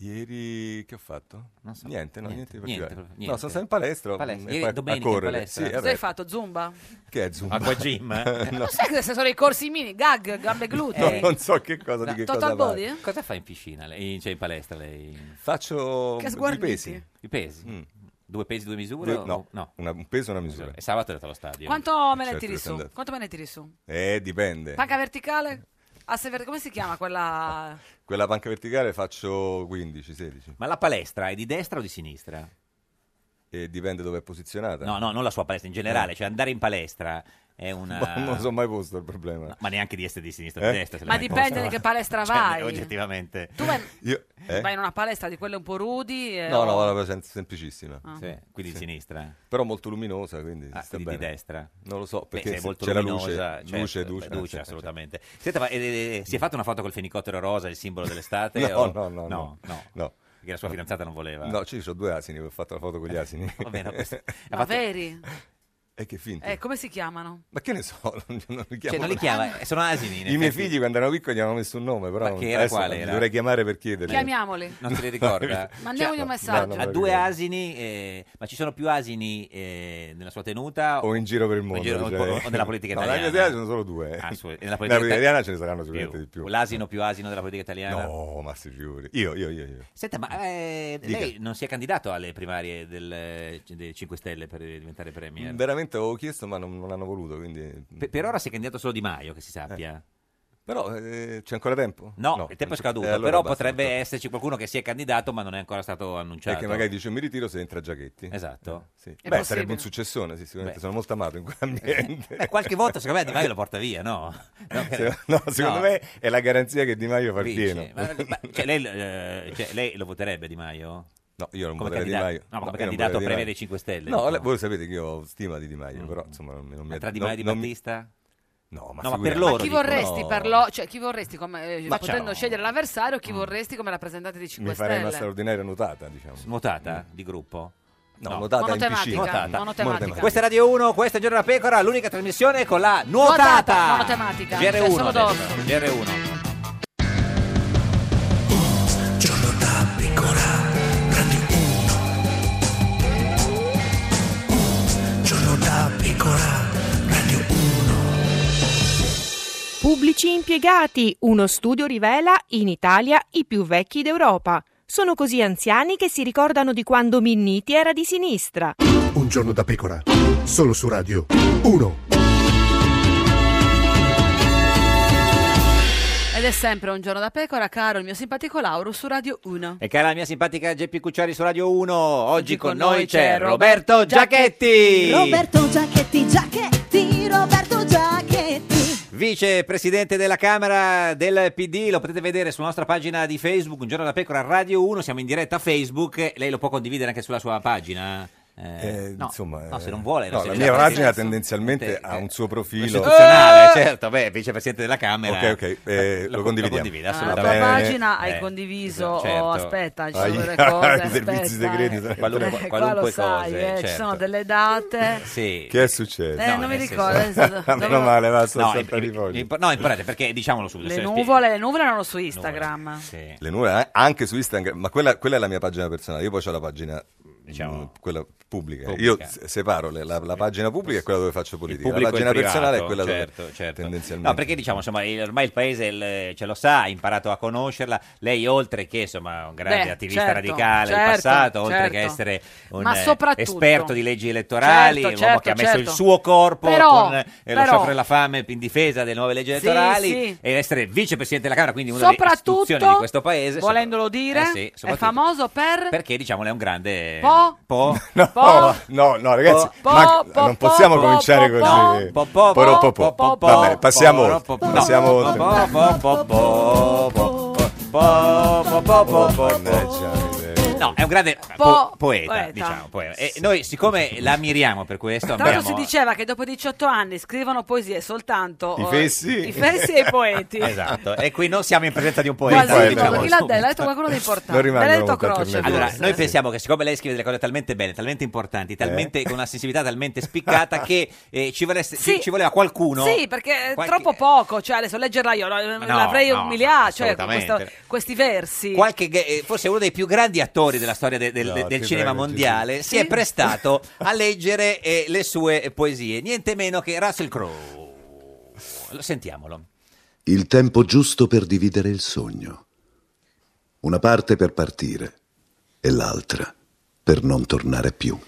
Ieri che ho fatto? Niente, no, niente, di niente, particolare. proprio No, niente. sono stato in palestra, Palestra. mh, Ieri e poi a domenica in correre. palestra. Sì, Cosa Cosa hai vabbè. fatto? Zumba? Che è Zumba? Aqua gym, eh? No. Non sai che se sono i corsi mini, gag, gambe glutee. No, non so che cosa di che Total cosa body? eh? parli. Cosa fa in piscina? lei? In- cioè in palestra lei? Faccio Che i sguarniti. pesi. Mm. I pesi? Due pesi, due misure? Due- o- no, una- un peso e una misura. E sabato è andato allo stadio. Quanto me ne Certo, tiri lo so su? andato. Quanto me ne tiri su? Eh, dipende. Panca verticale? Asse ver- come si chiama quella? Quella panca verticale faccio 15, 16. Ma la palestra è di destra o di sinistra? E dipende dove è posizionata. No, no, non la sua palestra in generale. Cioè andare in palestra è una... Ma non lo sono mai posto il problema. Ma neanche di essere di sinistra o di Eh? destra. se Ma l'è mai dipende posta. da che palestra Cioè, vai. oggettivamente. Tu vai, Io- eh? vai in una palestra di quelle un po' rudi? eh, No, no, o- vado per sen- semplicissima. Ah. Sì, quindi di sinistra. Però molto luminosa, quindi, Ah, si sta quindi di bene. destra. Non lo so, Beh, perché se è se molto c'è la luce, luminosa, certo, luce, duce, luce, eh, assolutamente. Senta, ma, eh, eh, si è fatta una foto col fenicottero rosa, il simbolo dell'estate? No, o- no, no, no, no. No. Perché la sua fidanzata non voleva. No, ci sono due asini, ho fatto la foto con gli asini. Vabbè, no, questo- Ma veri? E che finti. Eh, come si chiamano? Ma che ne so, non, non li chiamo. Cioè, non li chiama, eh, sono asini. in I miei effetti. figli quando erano piccoli gli avevano messo un nome, però Ma che era, adesso quale li era? dovrei chiamare per chiederli. Chiamiamoli. Non se li ricorda? Mandiamogli Cioè, un no, messaggio. no, Ha no, due ricordo. asini, eh, ma ci sono più asini eh, nella sua tenuta? O in giro per il o in mondo, giro- o, cioè. o nella politica No, italiana? nella mia italiana ci sono solo due. Ah, su- Nella nella politica politica italiana italiana ce ne saranno sicuramente di più. L'asino più asino della politica italiana? No, ma si figuri. Io, io, io, io. Senta, ma eh, Dica. lei non si è candidato alle primarie del, eh, dei 5 Stelle per diventare premier? Veramente avevo chiesto, ma non, non hanno voluto, quindi... Per, per ora si è candidato solo Di Maio, che si sappia. Però eh, c'è ancora tempo? No, il tempo è scaduto, Eh, allora però basta, potrebbe esserci qualcuno che si è candidato ma non è ancora stato annunciato. Perché magari dice mi ritiro se entra Giachetti. Certo. Esatto. Eh, sì. Beh, È sarebbe possibile. un successone, sì, sicuramente. Beh. Sono molto amato in quell'ambiente. Eh, qualche volta secondo me Di Maio lo porta via, no? No, Se- no, secondo no. me è la garanzia che Di Maio fa il Vince. pieno. Ma- ma- cioè, lei, eh, cioè, lei lo voterebbe Di Maio? No, io non come voterei Di candidato- Maio. No, ma come io non candidato a voterei Di premio Maio. dei 5 Stelle. No, no? le- voi sapete che io ho stima di Di Maio, però insomma non, non mi Ma tra Di non- Maio e Di non mi- Battista? No, ma, No, ma per figurati. loro Chi dico, vorresti, no. per lo- cioè, chi vorresti come, eh, Ma potendo ciao. scegliere l'avversario, Mm. chi vorresti come rappresentante di 5 Mi farei una Stelle? straordinaria nuotata, diciamo. Nuotata di gruppo? No, nuotata in Monotematica, piscina. monotematica. Monotematica. Questa è Radio 1, questa è Giorno della Pecora, l'unica trasmissione con la Nuotata, nuotata. monotematica, cioè GR1 solo adesso, dorso. GR1. Giorno da pecora, Radio 1. Pubblici impiegati, uno studio rivela in Italia i più vecchi d'Europa. Sono così anziani che si ricordano di quando Minniti era di sinistra. Un giorno da pecora, solo su Radio 1. Ed è sempre un giorno da pecora, caro il mio simpatico Lauro su Radio 1. E cara la mia simpatica Geppi Cucciari su Radio 1, oggi con noi c'è Roberto Roberto Giachetti, Roberto Giacchetti, Giacchetti, Roberto Giacchetti. vicepresidente della Camera del PD, lo potete vedere sulla nostra pagina di Facebook, Un giorno da pecora Radio 1, siamo in diretta a Facebook, lei lo può condividere anche sulla sua pagina? Eh, Eh, no, insomma, no, se eh, non vuole. no, se la le mia dà- pagina senso. tendenzialmente Eh, ha un suo profilo Eh! Istituzionale, certo, beh, vicepresidente della Camera. Ok, ok, eh, lo condividiamo. condivida, Ah, Ah, la assolutamente. tua pagina hai Eh, condiviso, certo. oh, aspetta, ci sono Ah, delle i cose, servizi aspetta, segreti, eh. qualunque- Eh, qua lo qualunque sai, eh, cose, ci certo. Eh, sono delle date, Sì. Che è successo? Eh, non mi ricordo, è stato- Meno male, va, sono No, sempre di imp- imp- no, imparate perché diciamolo subito. le se- nuvole, le nuvole erano su Instagram. Le nuvole eh, anche su Instagram, ma quella, quella è la mia pagina personale. Io poi ho la pagina Diciamo, mh, quella pubblica. pubblica. Io se- separo le- la, la pagina pubblica e quella dove faccio politica. La pubblico e pagina il personale è privato, quella certo, dove tendenzialmente. No, perché diciamo, insomma, il- ormai il paese il- ce lo sa, ha imparato a conoscerla. Lei, oltre che insomma, un grande Beh, attivista certo, radicale certo, del passato, oltre certo. che essere un Ma eh, soprattutto- esperto di leggi elettorali, Certo, un uomo che ha certo, messo il certo. suo corpo Però, con eh, lo però- sciopero e la fame in difesa delle nuove leggi elettorali sì. e essere vicepresidente della Camera, quindi una delle istituzioni Soprattutto, di questo paese. volendolo dire, Eh sì, è soprattutto. famoso per... perché diciamo lei è un grande Po- po No, no, no, ragazzi, Po- ma po- non possiamo cominciare così. Po- po- Porò, po- po- po- po- Vabbè, passiamo po- oltre. po- po- Passiamo po- oltre. po- po- po- po- po- po- po- po- po- po- po- Mannaggia, miseria. No, è un grande Po- po- poeta, poeta. diciamo. poeta. E noi, siccome la ammiriamo per questo, Tra l'altro abbiamo... si diceva che dopo 18 anni scrivono poesie soltanto I eh, fessi. i fessi e i poeti. Esatto, e qui non siamo in presenza di un poeta. Quasi diciamo, di modo. Chi l'ha detto? L'ha detto qualcuno di Non importante. L'ha rimangono detto molto Croce. alternativi. Allora, forse. noi pensiamo che siccome lei scrive delle cose talmente belle, talmente importanti, talmente- con una sensibilità talmente spiccata che eh, ci, volesse- ci- Sì. ci voleva qualcuno... Sì, perché è Qualche- troppo poco, cioè adesso leggerla io, no, l'avrei no, un miliardo, cioè assolutamente. questo- questi versi. Qualche, ge- eh, forse uno dei più grandi attori della storia de- del, No, del ti cinema prego, mondiale Gesù. si è prestato a leggere eh, le sue poesie, niente meno che Russell Crowe. Lo- Sentiamolo. Il tempo giusto per dividere il sogno. Una parte per partire e l'altra per non tornare più.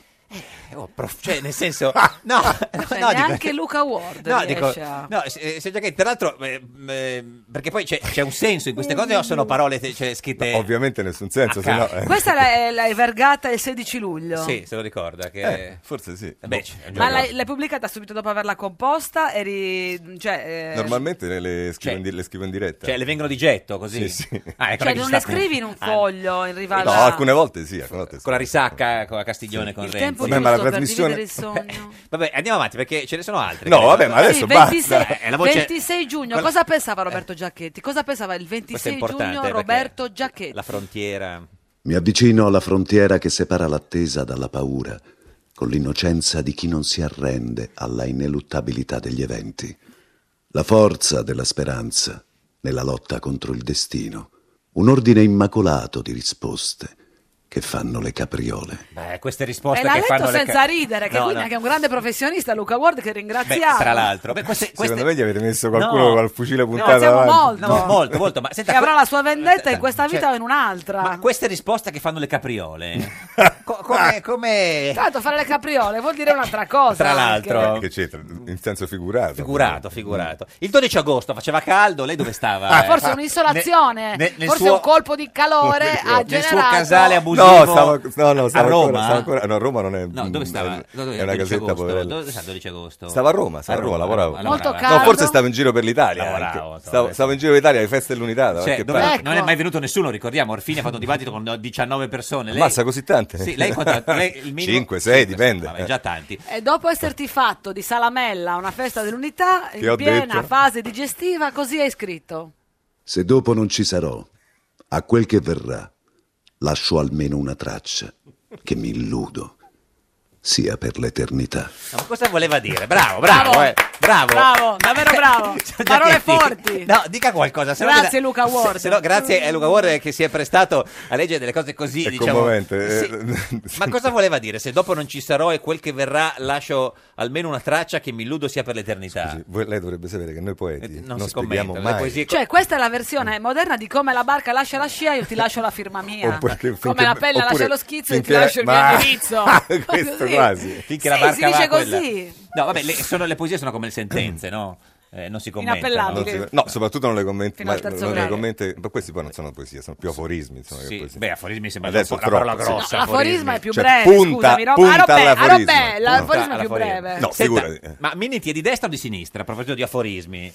Eh, oh, prof, cioè, nel senso, no, Cioè, no, dico- neanche Luca Ward No, dico, riesce a... no, se- se già che, tra l'altro, eh, eh, perché poi c'è, c'è un senso in Mm. queste cose o sono parole te- cioè, scritte... Ovviamente nessun senso, Ah, se no... eh. cavolo. Questa l'hai, l'hai vergata il 16 luglio. Sì, se lo ricorda. Che... Eh, forse sì. Beh, c'è un Ma giorno- l'hai, l'hai pubblicata subito dopo averla composta? Eri, cioè, eh, Normalmente le- le scrivo, in, di- le scrivo in diretta. Cioè, le vengono di getto così? Sì, sì. Ah, ecco, cioè, la non le risacca- scrivi in un Ah, foglio in riva No, alla- alcune volte sì, alcune volte sì. con la risacca, con la Castiglione, con Il Renzi. tempo giusto per dividere il sogno. Vabbè, andiamo avanti perché ce ne sono altre. No, vabbè, ma adesso Sì, basta. 26, Eh, la voce- 26 giugno, quella- cosa pensava Roberto Giacchetti? Cosa pensava il 26 importante, giugno perché- Roberto Giacchetti? La frontiera. Mi avvicino alla frontiera che separa l'attesa dalla paura, con l'innocenza di chi non si arrende alla ineluttabilità degli eventi. La forza della speranza nella lotta contro il destino. Un ordine immacolato di risposte che fanno le capriole. Beh, queste e risposte l'ha che letto fanno le senza ca- ridere, che No, quindi no. anche è un grande professionista, Luca Ward, che Beh, ringraziamo. tra l'altro, Beh, queste, queste... Secondo me gli avete messo qualcuno No. col fucile puntato siamo avanti. molto. No, molto, molto, ma Che senta, avrà la sua vendetta in questa cioè- vita o in un'altra. ma queste risposte che fanno le capriole, co- come, come- Tanto fare le capriole vuol dire un'altra cosa. Tra anche. l'altro- Che c'entra? In senso figurato. Figurato, figurato. Il 12 agosto faceva caldo, lei dove stava? Ah, Eh? forse un'isolazione, Ne- ne- nel forse suo- un colpo di calore ha nel generato suo casale abusivo No, stavo, no, no, stavo a ancora- Roma. stavo ancora- no, a Roma non è. No, dove stava? È, Dove- è una 12 casetta agosto? poverella. Dove stava il 12 agosto? Stavo a Roma, stavo A a Roma, Roma, lavoravo. a Roma, Molto lavorava. No, caldo. forse stavo in giro per l'Italia. anche. Lavoravo, Stavo, stavo in giro per l'Italia alle feste dell'unità. da Cioè, qualche dove- Ecco. parte. non è mai venuto nessuno, ricordiamo. Orfini ha fatto un dibattito con 19 persone. Lei, Ammazza così tante? Sì, lei quanto- lei il minimo- 5, 6, dipende. Vabbè, già tanti. E dopo esserti fatto di salamella a una festa dell'unità, in ho piena detto? fase digestiva, così hai scritto. Se dopo non ci sarò, a quel che verrà, lascio almeno una traccia che mi illudo sia per l'eternità. No, ma cosa voleva dire? Bravo, bravo, bravo. Eh. bravo. Bravo, davvero bravo. Parole Giacchetti. forti. No, dica qualcosa. se no Grazie, della- Luca Ward. se- se no, grazie a Luca Ward che si è prestato a leggere delle cose così, È diciamo. commovente. eh, Sì. Ma cosa voleva dire? Se dopo non ci sarò e quel che verrà lascio almeno una traccia che mi illudo sia per l'eternità. Voi- Lei dovrebbe sapere che noi poeti non, Eh, si spieghiamo commentano, le mai. poesie Cioè, questa è la versione moderna di come la barca lascia la scia, io ti lascio la firma mia. Oppure che- come finché- la pelle lascia oppure lo schizzo, io ti finché- lascio il mio ma- indirizzo. Questo Così. quasi. Finché la Sì, barca si dice va, quella- così. No, vabbè, le, sono- le poesie sono come le sentenze, no? Eh, non si commentano. Non si- No, soprattutto non le commenti. Fino Ma, al terzo non le grado. commenti ma questi poi non sono poesie, sono più aforismi. Insomma, che Sì, poesie. beh, aforismi sembra Adesso una parola troppo, sì. grossa. No, aforisma è più Cioè, breve, punta- scusami, Rob. punta Ah, Robè, ah, all'aforismo. Robbè, No, l'aforismo è più all'aforismo. breve. No, Senta, figurati. ma Minniti è di destra o di sinistra? A proposito di aforismi.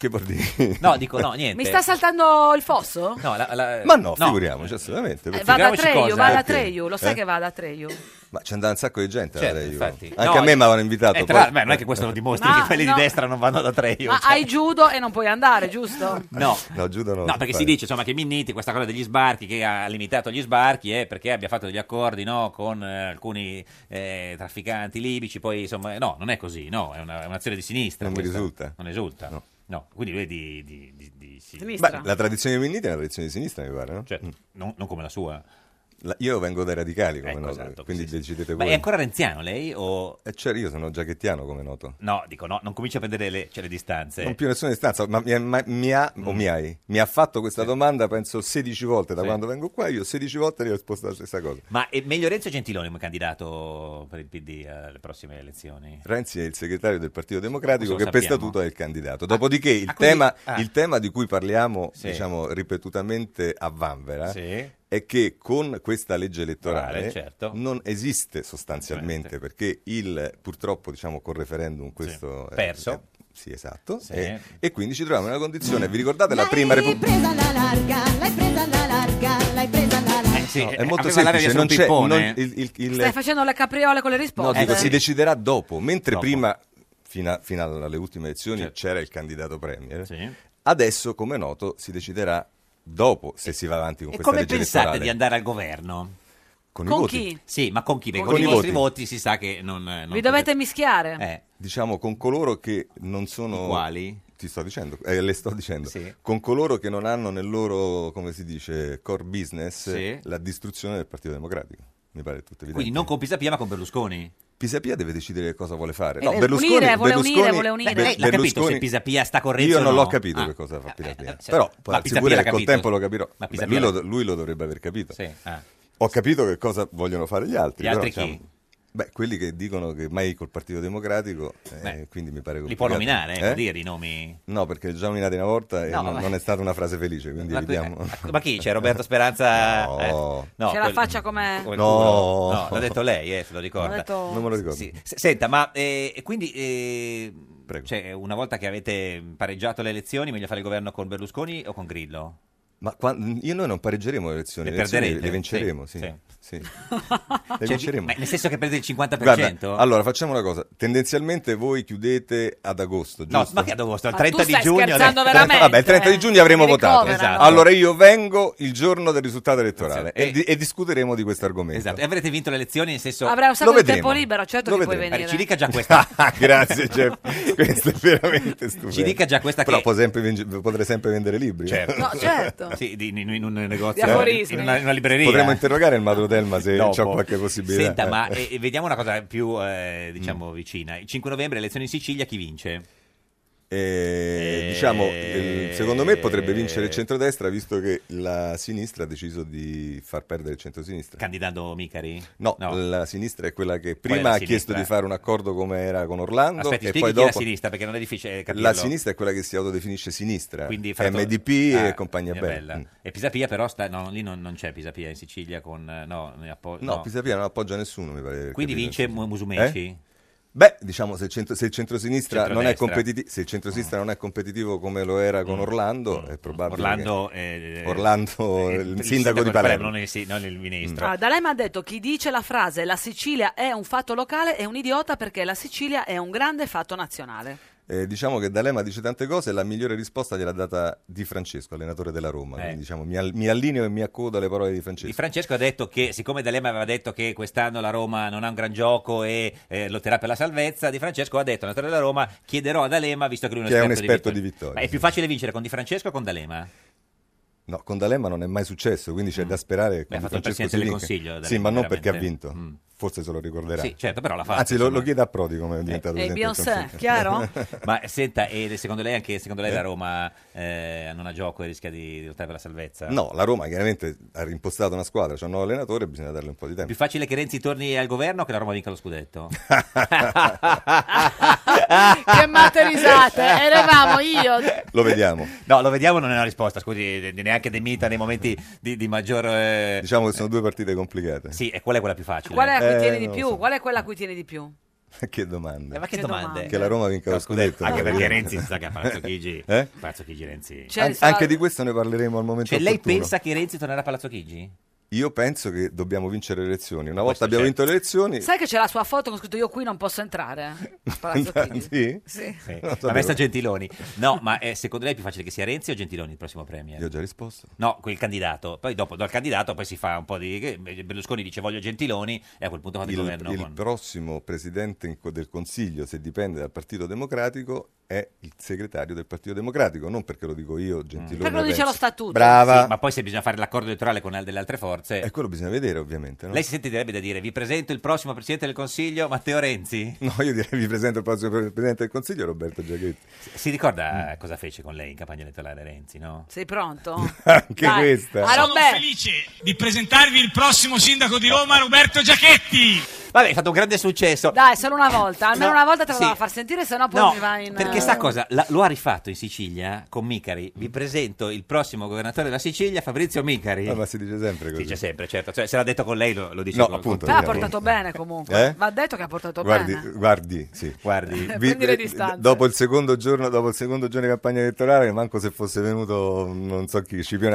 Che vuol dire? No, dico no, niente. Mi sta saltando il fosso? No, la- la- Ma no, no. figuriamoci, cioè, assolutamente. Eh, perché- va da Treio, va da Perché? Treio, lo sai Eh? che va da Treio. Ma c'è andata un sacco di gente Certo, a Treio. infatti. Anche No, a me io- mi avevano invitato. Eh, tra l'altro, beh, non è che questo lo dimostri Ma che quelli no. di destra non vanno da tre. io, Ma cioè. hai judo e non puoi andare, giusto? No. No, giudo no. No, perché si infatti. dice insomma che Minniti, questa cosa degli sbarchi, che ha limitato gli sbarchi, è perché abbia fatto degli accordi no, con eh, alcuni eh, trafficanti libici, poi insomma, no, non è così, no, è, una- è un'azione di sinistra. Non mi questa. risulta. Non risulta. No. quindi lui è di, di- di- di sinistra. Beh, la tradizione di Minniti è una tradizione di sinistra, mi pare, no? Certo. Mm. non, come la sua. Ecco, esatto, io vengo dai radicali, come noto, quindi decidete Ma voi. è ancora renziano lei o... Eh, cioè, io sono giacchettiano, come noto. No, dico no, non comincia a prendere le, cioè, le distanze. Non più nessuna distanza, ma mi, ma- mi ha, o mi hai, mi ha fatto questa domanda, penso, 16 volte Mm. da Sì. quando vengo qua, io 16 volte gli ho risposto la stessa cosa. Ma è meglio Renzi o Gentiloni come candidato per il PD alle prossime elezioni? Renzi è il segretario del Partito Democratico Questo che lo per sappiamo. statuto è il candidato. Dopodiché il, ah, quindi- tema, ah. il tema di cui parliamo Sì. diciamo, ripetutamente a Vanvera Sì. è che con questa legge elettorale Vale, certo. non esiste sostanzialmente perché il, purtroppo diciamo, col referendum questo Perso. eh, Sì, esatto. E, e quindi ci troviamo in una condizione, vi ricordate la prima repubblica? presa alla larga, Ah, l'hai presa alla larga, l'hai presa alla larga. è molto aveva eh, l'aria di semplice, essere non un c'è pippone. Eh, non- il- il- il- Stai facendo le capriole con le No, risposte. dico, si deciderà dopo, mentre prima, fino, a- fino alle ultime elezioni, Certo. c'era il candidato premier. Adesso, come è noto, si deciderà dopo se si va avanti con E questa come legge pensate elettorale. di andare al governo? Con i Con voti. chi? Sì, ma con chi? Perché Con con, i i vostri voti. voti si sa che non... eh, non Vi dovete mischiare. Eh. Diciamo con coloro che non sono... Quali? Ti sto dicendo, eh, le sto dicendo. Sì. Con coloro che non hanno nel loro, come si dice, core business Sì. la distruzione del Partito Democratico. Mi pare tutto evidente. Quindi non con Pisapia ma con Berlusconi. Pisapia deve decidere cosa vuole fare. Eh, No, eh, Berlusconi, unire, vuole Berlusconi, unire, vuole unire. Ber- Lei l'ha capito Berlusconi- se Pisapia sta con Renzi Io o non no? l'ho capito Ah. che cosa fa Pisapia. certo. Però Ma poi, Pisapia sicuro l'ha che col capito. tempo lo capirò. Ma Beh, Pisapia lui, l'ha- lo, lui lo dovrebbe aver capito. ah. Ho capito che cosa vogliono fare gli altri. Gli però, altri chi? diciamo, Beh, quelli che dicono che mai col Partito Democratico, eh, Beh, quindi mi pare Li può complicato. nominare, eh? Eh? può dire i nomi... No, perché già nominati una volta e No, non, vabbè. non è stata una frase felice, quindi Ma, evitiamo. eh, ma chi? C'è Roberto Speranza? No. eh, C'è la faccia come- come il No. culo. No, l'ha detto lei, eh, se lo ricorda. L'ha detto- Non me lo ricordo. Sì. S- Senta, ma eh, e quindi eh, cioè, una volta che avete pareggiato le elezioni, meglio fare il governo con Berlusconi o con Grillo? Ma qua- io e noi non pareggeremo le elezioni, Le elezioni perderete, le vinceremo, sì, sì. sì. Cioè, Le vinceremo. ma nel senso che prende il 50%? Guarda, allora facciamo una cosa, tendenzialmente voi chiudete ad agosto, No, giusto? ma che ad agosto? Al Ma 30 Ah, tu di stai giugno? scherzando adesso- veramente? Vabbè, il 30 di giugno avremo Mi votato. ricoverano. Esatto. Allora io vengo il giorno del risultato elettorale e, di- e discuteremo di questo argomento. Esatto, e avrete vinto le elezioni nel senso... Avrai un sacco Lo di vedremo. tempo libero, certo Lo che puoi vedremo. Ah, venire. Ci dica già questa... Grazie Jeff, questo è veramente stupendo. Ci dica già questa Però che- può sempre vin- potrei sempre vendere libri. eh? Certo. No, certo. Sì, di- in, in un negozio, Di aforismi. in una, in una libreria. Potremmo interrogare il Madro Telma se Dopo. c'è qualche possibilità. Senta, ma Eh. Mm. eh, vediamo una cosa più, eh, diciamo, vicina. Il 5 novembre, elezioni in Sicilia, chi vince? Eh, diciamo, il- secondo me potrebbe vincere eh. il centrodestra visto che la sinistra ha deciso di far perdere il centrosinistra. Candidando Micari? No, la sinistra è quella Qual che è prima la ha chiesto sinistra? di fare un accordo come era con Orlando Aspetti, e spieghi poi chi è la dopo- sinistra, perché non è difficile eh, capirlo. La sinistra è quella che si autodefinisce sinistra, Quindi fra- MDP Ah, e compagnia bella. Mm. E Pisapia però sta... No, lì non, non c'è Pisapia in Sicilia con... eh, No, ne appo- No, no. Pisapia non appoggia nessuno, mi pare. di aver Quindi capito, vince insomma. Mu- Musumeci? Eh? Beh, diciamo, se il, centro- se il centrosinistra non è Centrodestra. competitivo, se il centrosinistra Mm. non è competitivo come lo era con Orlando, è probabile Orlando, che- eh, Orlando, eh, il, sindaco di Palermo. Mm. non, il, si- non il ministro. Ah, D'Alema ha detto chi dice la frase la Sicilia è un fatto locale è un idiota perché la Sicilia è un grande fatto nazionale. Eh, diciamo che D'Alema dice tante cose e la migliore risposta gliel'ha data Di Francesco, allenatore della Roma. Quindi, diciamo, mi, al- mi allineo e mi accodo alle parole di Francesco. Eh. Di Francesco ha detto che, siccome D'Alema aveva detto che quest'anno la Roma non ha un gran gioco e eh, lotterà per la salvezza, Di Francesco ha detto, allenatore della Roma, chiederò a D'Alema, visto che lui è un Che è esperto, un esperto di di Eh, vittoria. vittorie, Ma è più facile vincere con Di Francesco o con D'Alema? No, con D'Alema non è mai successo, quindi c'è da sperare Mm. che Beh, ha con fatto il Francesco Presidente si del vinca. Consiglio, D'Alema, Sì, ma non perché ha veramente. Mm. vinto. Forse se lo ricorderà. Sì, certo, però l'ha fatto, Anzi, lo, insomma. lo chiede a Prodi come è diventato E Presidente Eh, del Beyoncé, Consiglio. chiaro? Ma senta, e secondo lei anche secondo lei Eh? la Roma eh, non ha gioco e rischia di, di lottare per la salvezza? No, la Roma chiaramente ha rimpostato una squadra, c'è un nuovo allenatore, bisogna darle un po' di È tempo. più facile che Renzi torni al governo o che la Roma vinca lo scudetto? che matte risate, eravamo io. Lo vediamo. No, lo vediamo non è una risposta, scusi, neanche De Mita nei momenti di, di maggior... eh, Diciamo che sono due partite complicate. Sì, e qual è quella più facile? Qual è a cui Eh, tieni di non lo più? so. Qual è quella a cui tieni di più? che domande. Eh, ma che Che domande? domande. Che la Roma vinca No, lo scudetto, scudetto. anche no? perché Renzi sa che a Palazzo Chigi- Eh? Palazzo Chigi Renzi- Cioè, An- sarà- anche di questo ne parleremo al momento Cioè, lei opportuno. pensa che Renzi tornerà a Palazzo Chigi? Io penso che dobbiamo vincere le elezioni. Una Questo volta abbiamo c'è. vinto le elezioni... Sai che c'è la sua foto con scritto io qui non posso entrare? A Palazzo Chigi. Sì? Sì. Sì. Non La sapevo. messa Gentiloni. No, ma eh, secondo lei è più facile che sia Renzi o Gentiloni il prossimo premier? Io ho già risposto. No, quel candidato. Poi dopo dal candidato poi si fa un po' di... che Berlusconi dice voglio Gentiloni e a quel punto fate il, Il, governo il con... prossimo presidente in- del Consiglio, se dipende dal Partito Democratico, è il segretario del Partito Democratico. Non perché lo dico Mm. io, Gentiloni. Perché lo dice penso. lo statuto. Brava. Sì, ma poi se bisogna fare l'accordo elettorale con al- delle altre forze... E quello bisogna vedere, ovviamente. no? Lei si sentirebbe da dire vi presento il prossimo presidente del Consiglio, Matteo Renzi? No, io direi vi presento il prossimo presidente del Consiglio, Roberto Giachetti. Si ricorda cosa fece con lei in campagna elettorale Renzi, no? Sei pronto? Anche Dai. questa. Ah, Sono Roberto. felice di presentarvi il prossimo sindaco di Roma, Roberto Giachetti. Vabbè, è stato un grande successo. Dai, solo una volta, almeno No, una volta te lo sì. devo far sentire, sennò poi No, mi va in... eh, perché sta cosa la- lo ha rifatto in Sicilia con Micari. Vi presento il prossimo governatore della Sicilia, Fabrizio Micari. No, Ah, ma si dice sempre così. Sì, dice sempre, certo. Cioè, se l'ha detto con lei, lo, lo dice No, con appunto, con- Però ha portato bene comunque. Eh? Va detto che ha portato guardi, bene. Guardi, sì. eh, guardi. Prendi le distanze. Dopo il, secondo giorno, dopo il secondo giorno di campagna elettorale, manco se fosse venuto, non so chi, scipione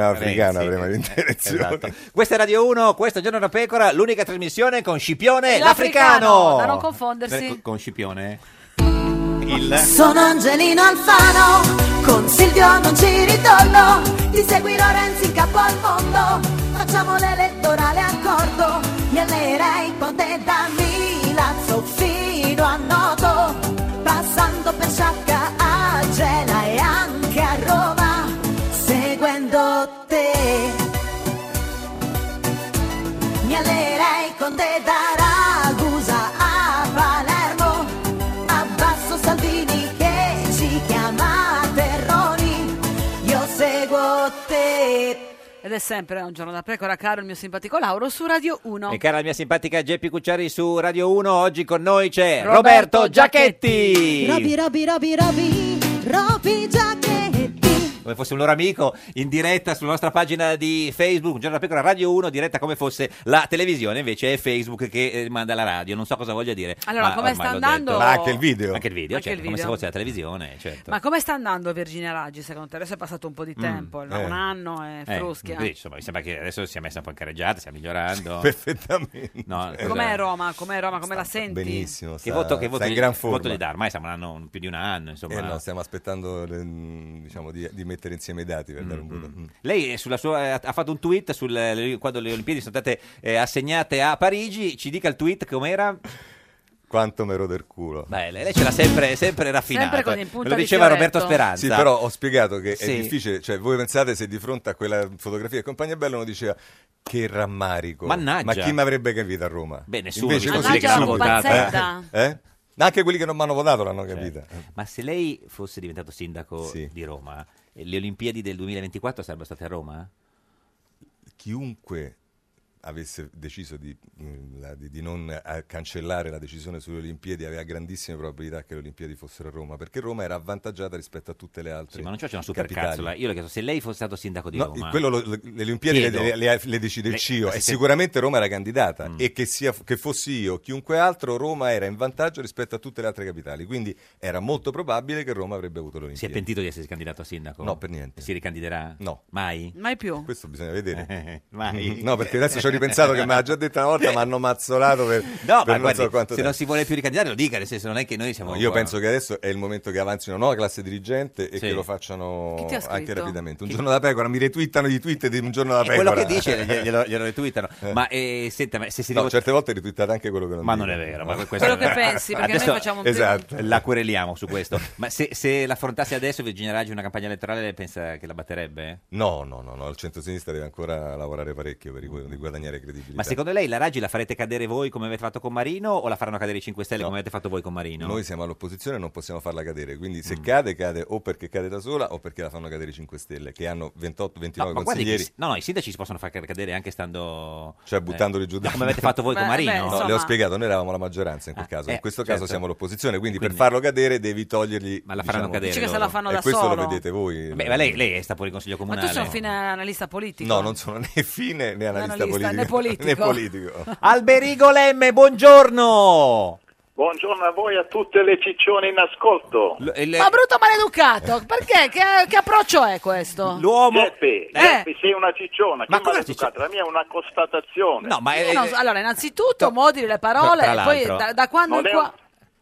Renzi. africano eh, avremmo l'interazione. Esatto. Questa è Radio 1, questo è Giorno da Pecora, l'unica trasmissione con Scipione E l'africano, l'africano. da non confondersi. Beh, con- Con Scipione? Il... Sono Angelino Alfano, con Silvio non ci ritorno, ti seguirò Renzi in capo al mondo, facciamo l'elettorale a corto, mi allerei con te da Milazzo fino a Noto, passando per Sciacca a Gela e anche a Roma, seguendo te. Mi allerei con te da Ragusa a Palermo, Abbasso Salvini che ci chiama Terroni, io seguo te. eh. Ed è sempre un giorno da pecora, caro il mio simpatico Lauro su Radio 1. E cara la mia simpatica Geppi Cucciari su Radio 1, oggi con noi c'è Roberto Roberto, Giachetti. Robi, Robi, Robi, Robi, Robi Giacchetti. Come fosse un loro amico in diretta sulla nostra pagina di Facebook, un giorno da pecora Radio 1, diretta come fosse la televisione, invece è Facebook che eh, manda la radio, non so cosa voglia dire. Allora, ma come sta ormai l'ho andando- detto. Ma anche il video. Anche il video, Anche certo, il come se video. fosse la televisione, certo. Ma come sta andando Virginia Raggi secondo te? Adesso è passato un po' di Mm, tempo, no? eh. un anno e Eh, fruschia. quindi, insomma, mi sembra che adesso sia messa un po' in carreggiata, stia migliorando. Perfettamente. Cioè, No, Com'è cosa- Roma? Com'è Roma? Come la senti? Benissimo, Che sta- voto, che sta voto, in gli- gran che voto forma. gli dà? Ormai siamo un anno- più di un anno, insomma. Eh no, stiamo aspettando le- diciamo, di, di mettere insieme i dati per dare un voto. Mm. Lei eh, sulla sua- eh, ha fatto un tweet sul, eh, quando le Olimpiadi sono state eh, assegnate a Parigi. Ci dica il tweet com'era. Quanto me ero del culo. Beh, lei, lei ce l'ha sempre, sempre raffinata. Sempre con il punto Me lo di diceva fioretto. Roberto Speranza. Sì, però ho spiegato che Sì. è difficile, cioè voi pensate se di fronte a quella fotografia di Compagnia Bello uno diceva che rammarico, Mannaggia. ma chi mi avrebbe capito a Roma? Beh, nessuno, Invece visto così che l'hanno subito, votata. eh? Eh? Anche quelli che non mi hanno votato l'hanno capita. Cioè, Ma se lei fosse diventato sindaco di Roma, eh, le Olimpiadi del 2024 sarebbero state a Roma? Chiunque avesse deciso di, mh, la- di- di non eh, cancellare la decisione sulle Olimpiadi aveva grandissime probabilità che le Olimpiadi fossero a Roma, perché Roma era avvantaggiata rispetto a tutte le altre. Sì, ma non c'è una capitali. supercazzola. Io le chiedo, se lei fosse stato sindaco di No, Roma... quello lo- le- le Olimpiadi le, Chiedo. le- le- le decide il Le- Mm. CIO ma se e se- sicuramente Roma era candidata e che, sia, che fossi io o chiunque altro Roma era in vantaggio rispetto a tutte le altre capitali quindi era molto probabile che Roma avrebbe avuto Si le è Olimpiadi pentito di essersi candidato a sindaco? No, per niente. Si ricandiderà? No. Mai? Mai più. questo bisogna vedere Mai. no perché adesso ci ho ripensato che mi ha già detto una volta ma hanno mazzolato per, No, ma per non guardi, so quanto se tempo. non si vuole più ricandidare lo dica, nel senso non è che noi siamo... io qua. penso che adesso è il momento che avanzi una nuova classe dirigente e Sì. che lo facciano Chi ti ha anche scritto? rapidamente un Chi- giorno da pecora mi retweetano di tweet di un giorno da È pecora quello che dice, glie- glielo, glielo retweetano. Ma eh, senta, ma se si No, rivota- certe volte ritwittate anche quello che non Ma dico. non è vero, ma No. questo- Quello che pensi, perché noi Adesso- facciamo un Esatto. La quereliamo su questo. Ma se, se l'affrontasse adesso Virginia Raggi una campagna elettorale, lei pensa che la batterebbe? No, no, no, no, il centro-sinistra deve ancora lavorare parecchio per rigu- riguadagnare credibilità. Ma secondo lei la Raggi la farete cadere voi come avete fatto con Marino o la faranno cadere i 5 Stelle come avete fatto voi con Marino? Noi siamo all'opposizione e non possiamo farla cadere, quindi Mm. se cade, cade o perché cade da sola o perché la fanno cadere i 5 Stelle, che hanno 28, 29 ma guardi consiglieri. che- no, no, i sindaci si possono far cadere anche stando... Cioè, eh, buttandoli giù da Come avete fatto voi con Beh, Marino? beh, No, insomma- le ho spiegato, noi eravamo la maggioranza in quel Ah, caso, eh, in questo certo. caso siamo l'opposizione, quindi, Quindi- per farlo cadere devi togliergli... Ma la faranno cadere Dice che se loro. la fanno e da questo solo. lo vedete voi. Beh, ma lei, lei è stato il consiglio Ma comunale. tu sei un fine analista politico? No, non sono né fine né analista, analista, né politico. politico. politico. Alberigo Lemme, buongiorno! Buongiorno a voi e a tutte le ciccione in ascolto. Ma brutto Eh. maleducato, perché? Che, che approccio è questo? L'uomo... Geppi, Geppi, sei una cicciona, che maleducata, la mia è una constatazione. No, ma Io non so- allora, innanzitutto moduli le No, parole, tra e poi l'altro. da, da quando Non in è un- qua...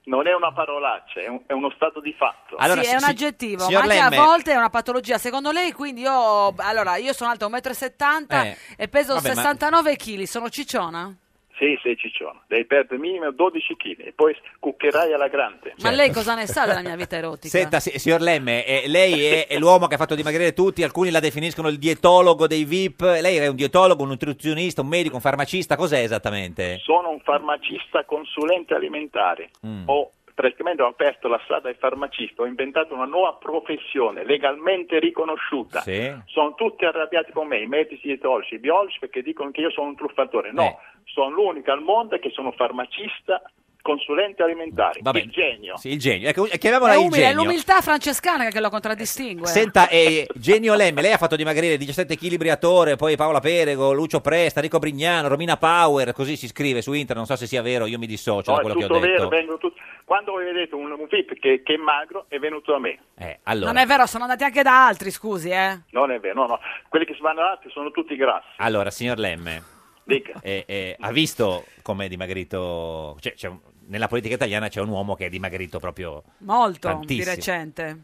Non è una parolaccia, è, un- è uno stato di fatto. sì, è un aggettivo, ma signor anche Lemme- a volte è una patologia. Secondo lei, quindi io, allora, io sono alta 1,70 m Eh, e peso vabbè, ma- 69 kg, sono cicciona? Sì, sei cicciona, devi perdere minimo 12 kg e poi cuccherai alla grande. Ma lei cosa ne sa della mia vita erotica? Senta, si- signor Lemme, eh, lei è, è l'uomo che ha fatto dimagrire tutti, alcuni la definiscono il dietologo dei VIP, lei è un dietologo, un nutrizionista, un medico, un farmacista, cos'è esattamente? Sono un farmacista consulente alimentare. Mm. Ho praticamente ho aperto la strada ai farmacisti, ho inventato una nuova professione legalmente riconosciuta. Sì. Sono tutti arrabbiati con me, i medici dietologi, i Eh. biologi, perché dicono che io sono un truffatore. No, sono l'unico al mondo che sono farmacista consulente alimentare, Vabbè. il genio. Sì, il genio. Ecco, chiamiamola È il umile, È genio. l'umiltà francescana che lo contraddistingue. Senta, eh, Genio Lemme, lei ha fatto dimagrire 17 kg Briatore, poi Paola Perego, Lucio Presta, Rico Brignano, Romina Power, così si scrive su internet, non so se sia vero, io mi dissocio da No, è quello che tutto ho vero, detto. vengono tutti- Quando voi vedete un, un VIP che, che è magro è venuto da me. Eh, allora, Non è vero, sono andati anche da altri, scusi, eh. Non è vero, no, no. Quelli che si vanno avanti sono tutti grassi. allora, signor Lemme, eh, eh, ha visto com'è dimagrito... cioè, c'è un- nella politica italiana c'è un uomo che è dimagrito proprio... Molto Tantissimo. di recente.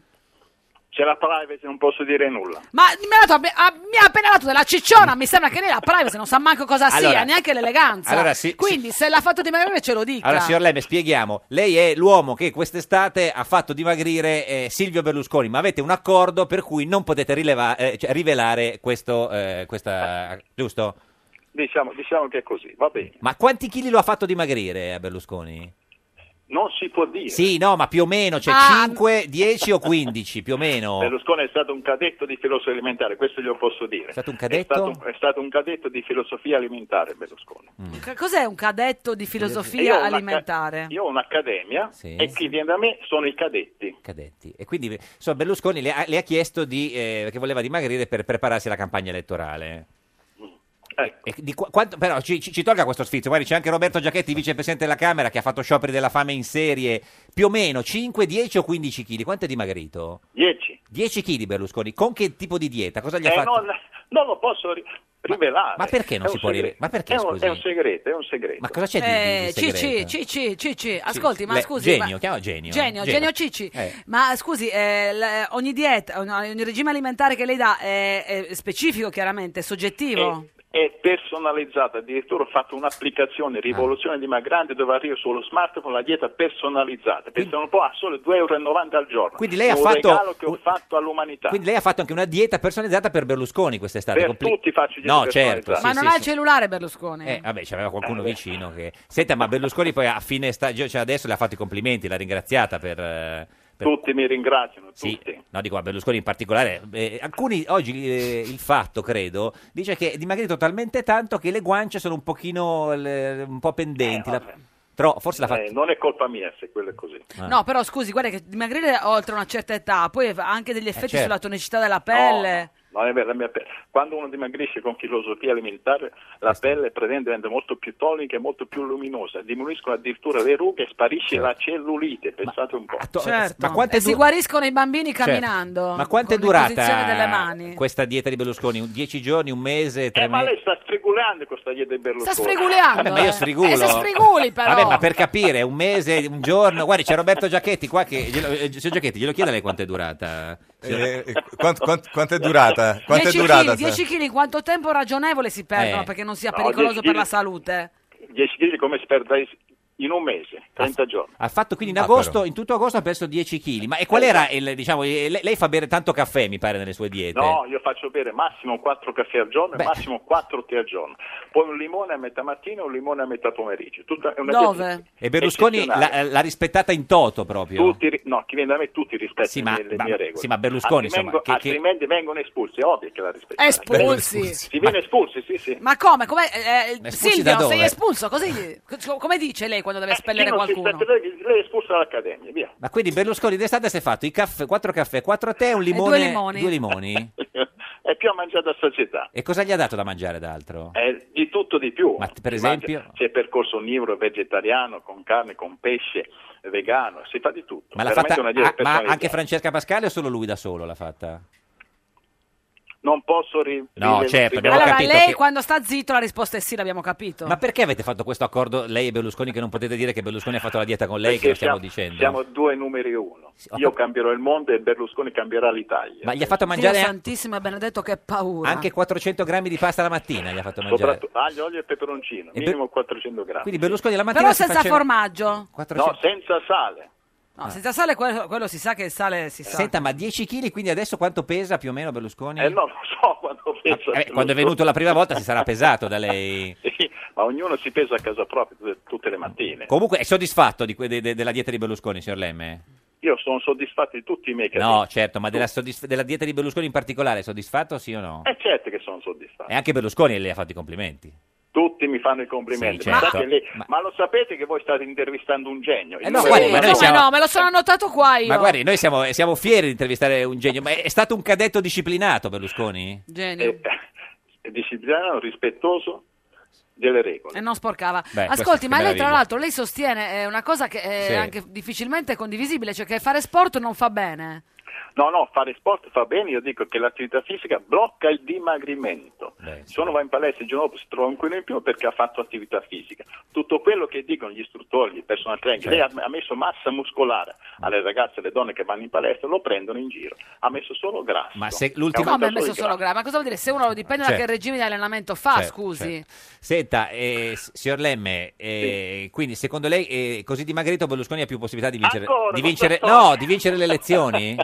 C'è la privacy, non posso dire nulla. Ma mi ha, dato- ah, mi ha appena dato della cicciona, mi sembra che lei la privacy non sa manco cosa Allora- sia, neanche l'eleganza. allora sì, Quindi se l'ha fatto dimagrire ce lo dica. Allora, signor Lemme, spieghiamo. Lei è l'uomo che quest'estate ha fatto dimagrire eh, Silvio Berlusconi, ma avete un accordo per cui non potete rileva- eh, cioè, rivelare questo, eh, questa... giusto? Diciamo, diciamo che è così, va bene. Ma quanti chili lo ha fatto dimagrire a Berlusconi? Non si può dire. Sì, no, ma più o meno, cioè Ah. 5, 10 o 15, più o meno. Berlusconi è stato un cadetto di filosofia alimentare, questo glielo posso dire. È stato un cadetto? È stato, un cadetto di filosofia alimentare Berlusconi. C- Cos'è un cadetto di Io ho filosofia una ca- alimentare? Io ho un'accademia e chi viene da me sono i cadetti. Cadetti. E quindi insomma, Berlusconi le ha, le ha chiesto di, eh, che voleva dimagrire per prepararsi alla campagna elettorale. Mm, ecco. E di qua- quanto- però ci, ci- ci tolga questo sfizio. Guardi, c'è anche Roberto Giachetti, vicepresidente della Camera, che ha fatto scioperi della fame in serie più o meno 5, 10 o 15 kg. Quanto è dimagrito? 10. 10 kg Berlusconi. Con che tipo di dieta? Cosa gli ha Eh, fatto? non, non lo posso ri- rivelare. ma perché non È si un può segreto. rivela- ma perché, è un, scusi? è un segreto, è un segreto. Ma cosa c'è di- di, di segreto? Cici, Cici, Cici, Eh, ascolti, ma Le- scusi. Genio, ma- chiama Genio. Genio, Genio Cici. Eh. Ma scusi, eh, l- ogni dieta, ogni, ogni regime alimentare che lei dà è, è specifico chiaramente, è soggettivo. È personalizzata, addirittura ho fatto un'applicazione Ah. rivoluzione dimagrante dove arrivo sullo smartphone la dieta personalizzata, pensano un po' a solo 2,90 euro al giorno. Quindi lei ha È un fatto- regalo che ho fatto all'umanità. Quindi lei ha fatto anche una dieta personalizzata per Berlusconi quest'estate. Cioè. Per compli- tutti faccio dieta No, certo. ma sì, non sì, ha sì. il cellulare Berlusconi. Eh, vabbè, c'aveva qualcuno vicino che... Senta, ma Berlusconi poi a fine stagione, cioè adesso le ha fatto i complimenti, l'ha ringraziata per... eh, per- Tutti mi ringraziano, Sì, tutti. no, dico a Berlusconi in particolare. eh, alcuni, oggi eh, il fatto, credo, dice che è dimagrito talmente tanto che le guance sono un pochino, le- un po' pendenti. la- Però forse l'ha fatto... Eh, non è colpa mia se quello è così. Ah. No, però scusi, guarda che dimagrire oltre una certa età, poi ha anche Eh, degli effetti certo. sulla tonicità della pelle. Non è vero, la mia pelle- Quando uno dimagrisce con filosofia alimentare, la pelle praticamente diventa molto più tonica e molto più luminosa, diminuiscono addirittura le rughe e sparisce la cellulite, pensate un po'. Certo. Certo. Ma quanto è E si du- guariscono i bambini Certo. camminando. Ma quanto è con l'imposizione delle durata mani. questa dieta di Berlusconi? Un- Dieci giorni, un mese, tre Eh, ma mesi? lei sta sfrigulando questa dieta di Berlusconi. Sta sfriguleando. Vabbè, ma io eh. sfrigulo. Eh, se sfriguli però. Vabbè, ma per capire, un mese, un giorno. Guardi, c'è Roberto Giachetti qua che. Glielo, eh, signor Giachetti, glielo chiede a lei quanto è durata. Eh, eh, quanto- quanto- quanto è durata? Quanto è 10 durata? kg, 10 kg, in quanto tempo ragionevole si perdono Eh. perché non sia No, pericoloso 10 per la chili- salute. 10 kg come si perde in un mese, 30 giorni. Ha fatto quindi in Ah, agosto, però. in tutto agosto ha perso 10 kg. Ma e qual era il. diciamo, eh, lei, lei fa bere tanto caffè, mi pare, nelle sue diete. No, io faccio bere massimo 4 caffè al giorno Beh. e massimo 4 tè al giorno. Poi un limone a metà mattina e un limone a metà pomeriggio. Tutta, è una dieta- E Berlusconi l'ha, Eccezionale. l'ha rispettata in toto proprio. Tutti, ri- no, chi viene da me tutti rispettano Sì, ma- le, le ma- mie regole. sì, ma Berlusconi, altrimenti, insomma, che- che- altrimenti vengono espulsi, è ovvio che la rispettano. Espulsi. Espulsi. Si viene espulsi, sì, sì. Ma come? Come- eh, eh, Espulsi da Silvio, dove? sei espulso? Così, co- come dice lei quando deve Chi espellere non Eh, si qualcuno? rispetta le regole, lei è espulso dall'accademia, via. Ma quindi Berlusconi d'estate si è fatto i caffè, 4 caffè, 4 tè, un limone. limoni. due limoni? E più ha mangiato a società. E cosa gli ha dato da mangiare d'altro? È di tutto di più. Ma t- per Si mangia- esempio? C'è percorso onnivoro, vegetariano, con carne, con pesce, vegano, si fa di tutto. Ma l'ha Veramente fatta una ah, dieta ma personalizzata. anche Francesca Pascale o solo lui da solo l'ha fatta? Non posso ri- No, rile- certo, abbiamo rivelare- Allora, capito lei che- quando sta zitto la risposta è sì, l'abbiamo capito. Ma perché avete fatto questo accordo lei e Berlusconi che non potete dire che Berlusconi ha fatto la dieta con lei che Perché lo stiamo Eh siamo- dicendo? Siamo due numeri uno. Io cambierò il mondo e Berlusconi cambierà l'Italia. Ma gli ha fatto Dio mangiare an- santissimo e benedetto che paura. anche 400 grammi di pasta la mattina gli ha fatto mangiare. Soprattutto aglio, olio e peperoncino, minimo 400 grammi. Quindi Berlusconi la mattina Però si senza faceva- formaggio. No, senza sale. No, senza sale quello, quello si sa che il sale si sa. Ah. Senta, ma 10 kg quindi adesso quanto pesa più o meno Berlusconi? Eh no, lo so quando penso. Vabbè, Ah, eh, quando è venuto la prima volta si sarà pesato da lei. Sì, ma ognuno si pesa a casa propria tutte- tutte le mattine. Comunque è soddisfatto di que- de- de- della dieta di Berlusconi, signor Lemme? Io sono soddisfatto di tutti i miei capi. No, certo, ma della, soddisf- della dieta Eh, di Berlusconi in particolare è soddisfatto sì o no? È certo che sono soddisfatto. E anche Berlusconi le ha fatto i complimenti. Tutti mi fanno i complimenti. Sì, certo. Pensate lì- Ma- Ma... lo sapete che voi state intervistando un genio? Eh no, Io- guardi, ma noi Come siamo- no, me lo sono annotato qua io. Ma guardi, noi siamo, siamo fieri di intervistare un genio, ma è stato un cadetto disciplinato Berlusconi? Genio. Eh, eh, disciplinato, rispettoso delle regole. E Eh, non sporcava. Beh, Eh, questo- Ascolti, ma che lei tra meraviglia. l'altro, lei sostiene eh, una cosa che è Sì. anche difficilmente condivisibile, cioè che fare sport non fa bene. No, no, fare sport fa bene, io dico che l'attività fisica blocca il dimagrimento. Se uno va in palestra il giorno dopo si trova un chilo in più perché ha fatto attività fisica. Tutto quello che dicono gli istruttori, gli personal trainer, lei ha, ha messo massa muscolare alle ragazze e alle donne che vanno in palestra, lo prendono in giro. Ha messo solo grasso. Ma se Come l'ultima... ha messo solo grave? Ma cosa vuol dire? Se uno lo dipende da eh. Certo. che regime di allenamento fa, Certo, scusi. certo. Senta, eh, s- signor Lemme, eh, quindi secondo lei eh, così dimagrito Berlusconi ha più possibilità di vincere, Ancora di con vincere questa no, di vincere le elezioni?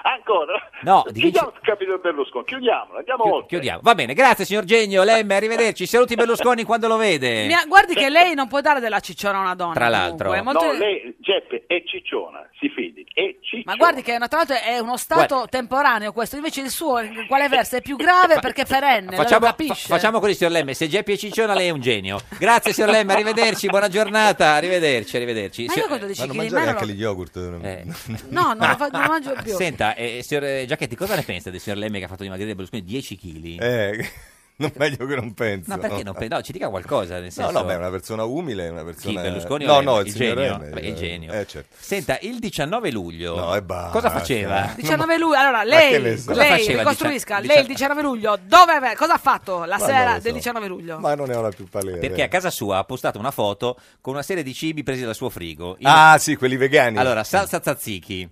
Ancora? No, di Chiudiamo il capitolo Berlusconi, chiudiamola, andiamo Chi- oltre. chiudiamo. Va bene, grazie signor Genio, Lemme, arrivederci. Saluti Berlusconi quando lo vede. Mi ha- guardi che lei non può dare della cicciona a una donna. Eh. Tra l'altro. comunque, è molto- No, lei, Geppe, è cicciona, si fidi, è cicciona. Ma guardi che tra l'altro è uno stato Guarda. temporaneo questo, invece il suo in quale verso è più grave perché è perenne, Eh, Facciamo, lo fa- capisce. facciamo così, signor Lemme. Se Geppi è cicciona, lei è un genio. Grazie, signor Lemme. Arrivederci. Buona giornata. Arrivederci. arrivederci. Eh. Ma io quando dici Vanno a chili in mangiare meno anche lo- gli yogurt. eh, No, non, lo fa- non lo mangio più. Ah, Senta, eh, signor eh, Giacchetti, cosa ne pensa del signor Lemme che ha fatto dimagrire Berlusconi 10 kg? Eh, non meglio che non penso. No, perché non pe- no, ci dica qualcosa, nel senso- No, no, beh, è una persona umile, è una persona... Berlusconi o no, Lemme? no, il, Il signor genio? Lemme. Beh, il genio. Eh, certo. Senta, il 19 luglio basta. cosa faceva? 19 luglio, allora che lei, ne so? Cosa lei faceva il ricostruisca, 19 lei il 19 luglio, dove, ave- cosa ha fatto la Ma non sera lo so. del 19 luglio? Ma non ne ho la più palera. Perché a casa sua ha postato una foto con una serie di cibi presi dal suo frigo. In- Ah, sì, quelli vegani. Allora, salsa tzatziki,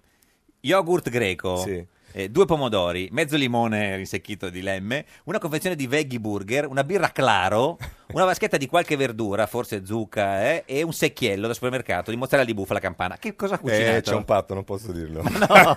yogurt greco, eh, due pomodori, mezzo limone rinsecchito di lemme, una confezione di veggie burger, una birra claro, una vaschetta di qualche verdura, forse zucca, eh, e un secchiello da supermercato di mozzarella di bufala campana. Che cosa ha cucinato? Eh, c'è un patto, non posso dirlo. No,